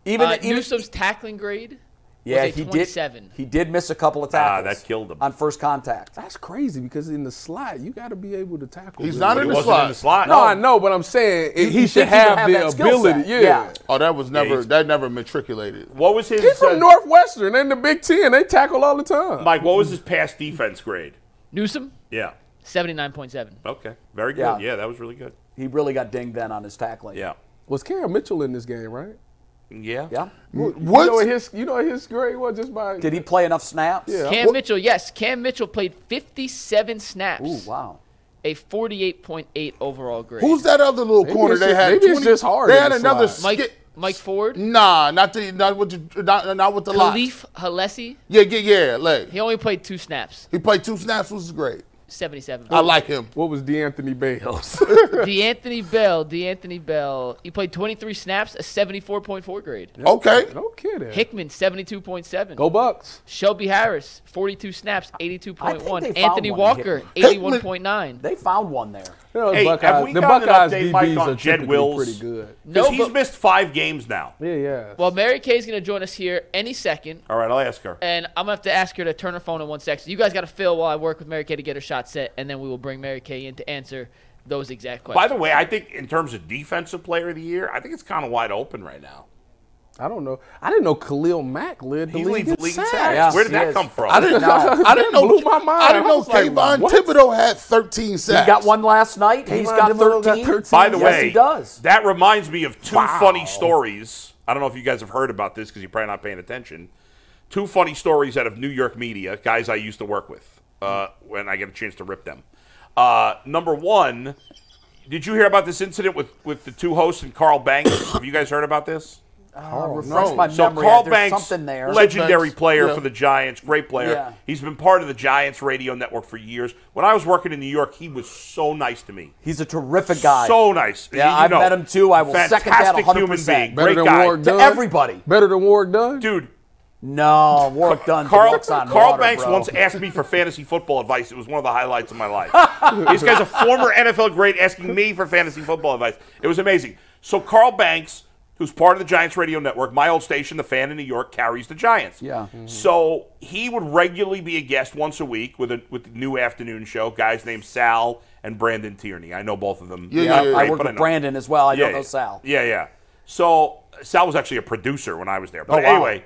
Even,
Uh,
even
Newsom's tackling grade.
yeah,
was a
he did.
27.
He did miss a couple of
Ah,
tackles.
that killed him.
on first contact.
That's crazy because in the slot you got to be able to tackle.
He's
good.
not
Grade.
in
He
the
wasn't in the slot.
slot.
No, I know, but I'm saying it,
you
he should
think he would
have,
have
the
that skill set.
ability. Yeah.
Yeah.
Oh, that was never.
he's-
that never matriculated.
What was his?
He's
uh,
from Northwestern. They're in the Big Ten. They tackle all the time.
Mike, what was his pass defense grade?
Newsom,
Yeah.
79.7.
Okay. Very good.
Yeah.
Yeah, that was really good.
He really got dinged then on his tackling.
Yeah.
was Cam Mitchell in this game, right?
Yeah.
Yeah.
What? You know
What?
what his, you know what his grade was just by.
Did he play enough snaps?
Yeah.
Cam
What-
Mitchell, yes. Cam Mitchell played 57 snaps.
Ooh, wow.
A 48.8 overall grade.
Who's that other little
Maybe
corner
it's
they
just-
had?
maybe it's
20
just hard
They
in
had
the
another
slot.
Mike,
skip.
Mike Ford,
Nah, not the not with the not, not with the lot.
Khalif Halesi.
Yeah, yeah, yeah. Like
He only played two snaps,
he played two snaps, which is great.
77.
I like him.
What was D'Anthony Bales?
DeAnthony Bell, DeAnthony Bell. He played 23 snaps, a 74.4 grade.
Okay.
no kidding.
Hickman, 72.7.
Go Bucks.
Shelby Harris, 42 snaps,
I think
82.1.
they found
Anthony
one in
Walker,
Hickman.
81.9.
They found one there.
You know, the
Hey, have
Buckeyes-
we
the
gotten an
Buckeyes
update, Mike,
DBs
on
are
Jed
typically
Wills?
pretty good.
Because
No,
he's
but-
missed five games now.
Yeah, yeah.
Well, Mary Kay's going to join us here any second,
All right, I'll ask her.
and I'm going to have to ask her to turn her phone in one sec. So you guys got to fill while I work with Mary Kay to get her shot set, and then we will bring Mary Kay in to answer those exact questions.
By the way, I think in terms of defensive player of the year, I think it's kind of wide open right now.
I don't know. I didn't know Khalil Mack led the
He
league
leads
in
the league in
sacks.
sacks.
Yeah,
Where did
he
that
is.
come from?
I didn't know. I didn't know.
Blew my mind.
I didn't
I
know
was like,
Kayvon
what?
Thibodeau had 13 sacks.
He got one last night. He's
Kayvon
got
Thibodeau
13.
got 13.
By the
yes,
way,
he does.
that reminds me of two funny stories. I don't know if you guys have heard about this because you're probably not paying attention. Two funny stories out of New York media, guys I used to work with uh, when I get a chance to rip them. Uh, number one, did you hear about this incident with, with the two hosts and Carl Banks? have you guys heard about this?
refresh my
So
memory.
Carl
There's
Banks,
something there.
legendary
Banks,
player
yeah.
for the Giants, great player.
Yeah.
He's been part of the Giants radio network for years. When I was working in New York, he was so nice to me.
He's a terrific guy.
So nice.
Yeah,
You- you
I've
know,
met him too. I will second that
fantastic human
100%.
being.
Better
Great
than
guy.
Warwick
to
Dunn.
everybody.
Better than Warwick Dunn.
Dude,
No, Warwick Dunn
Carl,
walks on
Carl
water,
Banks
bro.
once asked me for fantasy football advice. It was one of the highlights of my life. this guy's a former NFL great asking me for fantasy football advice. It was amazing. So Carl Banks, who's part of the Giants radio network, my old station, the fan in New York, carries the Giants.
Yeah.
So he would regularly be a guest once a week with a with the new afternoon show. Guys named Sal and Brandon Tierney. I know both of them. Uh,
Yeah,
Not
yeah, yeah.
great,
I worked
but
with
know them.
Brandon as well. I
yeah,
don't know
yeah.
Sal.
Yeah, yeah. So Sal was actually a producer when I was there. But
Oh, wow.
anyway,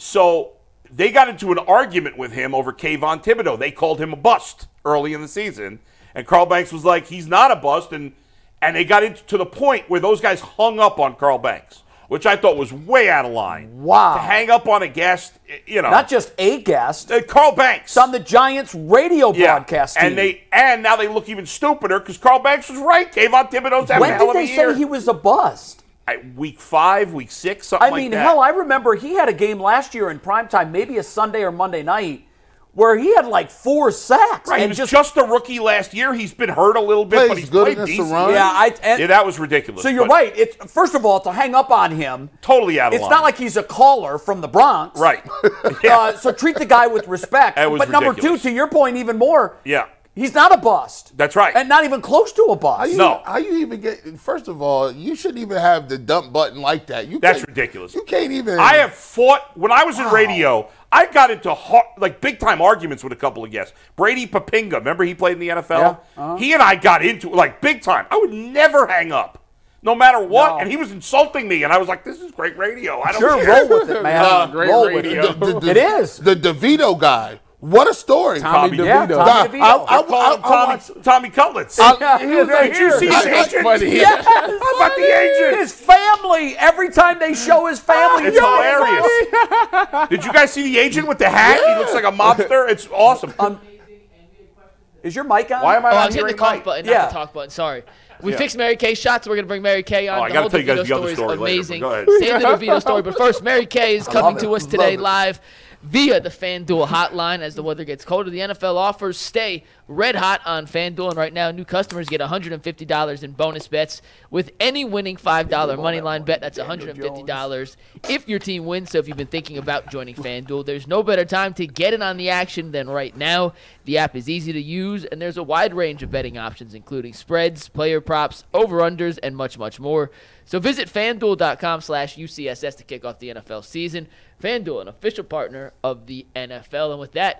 so they got into an argument with him over Kayvon Thibodeau. They called him a bust early in the season, and Carl Banks was like, "He's not a bust," and and they got into to the point where those guys hung up on Carl Banks, which I thought was way out of line.
Wow.
to hang up on a guest, you know,
Not just a guest.
uh, Carl Banks
It's on the Giants radio broadcast team.
and they and now they look even stupider because Carl Banks was right. Kayvon Thibodeau's having a
when
hell
did
of a
they
year.
say he was a bust?
At week five, week six, something
I
like
mean,
that.
hell, I remember he had a game last year in primetime, maybe a Sunday or Monday night, where he had like four sacks.
Right, he
and
was
just,
just, a rookie last year. He's been hurt a little bit,
Plays
but he's
good
played
against the
decent.
run.
yeah, I and,
yeah, that was ridiculous.
so you're
but
right. It's first of all to hang up on him.
Totally out of
It's
line.
not like he's a caller from the Bronx.
Right.
Uh, so treat the guy with respect.
That was
but number two,
ridiculous.
to your point, even more.
Yeah.
He's not a bust.
That's right.
And not even close to a
How
bust.
you,
No.
How you even get? First of all, you shouldn't even have the dump button like that. You
That's
can't-
ridiculous.
You can't even.
I have fought when I was in radio. I got into hard, like big time arguments with a couple of guests. Brady Papinga, remember he played in the NFL.
Yeah, uh-huh.
He and I got into like big time. I would never hang up, no matter what. And he was insulting me, and I was like, "This is great radio. I don't
Sure,
care."
roll with it, man.
Uh, great
roll
radio.
with it.
The, the-
It is.
the DeVito guy. What a story!
Tommy
Tommy-
Yeah,
DeVito.
Tommy
I,
DeVito.
I, I,
Call him
I
Tommy,
watched-
Tommy Cutlets.
Yeah,
He was
right
like, "Did you
here.
see
I-
his
I-
agent?
funny.
Yes.
How about the agent?
His family. Every time they show his family,
It's
yeah,
hilarious. Did you guys see the agent with the hat? He looks like a mobster. It's awesome.
Is your mic on?
Why am I
Um, Oh, I
not
was hitting the
hearing
cough
Mike?
button,
Yeah.
not the talk button. Sorry. We fixed Mary Kay shots. We're gonna bring Mary Kay on.
Oh, I
the
gotta
whole
tell you guys
DeVito
the other
story
story
is
later,
amazing.
but go
Save the DeVito story. But first, Mary Kay is coming
love
to
it,
us today
love it.
live via the FanDuel hotline. As the weather gets colder, the NFL offers stay red hot on FanDuel, and right now, new customers get $150 in bonus bets with any winning $5 money line bet. That's $150 if your team wins. So if you've been thinking about joining FanDuel, there's no better time to get in on the action than right now. The app is easy to use, and there's a wide range of betting options, including spreads, player props, over-unders, and much, much more. So visit fanduel.com slash UCSS to kick off the NFL season. FanDuel, an official partner of the NFL. And with that,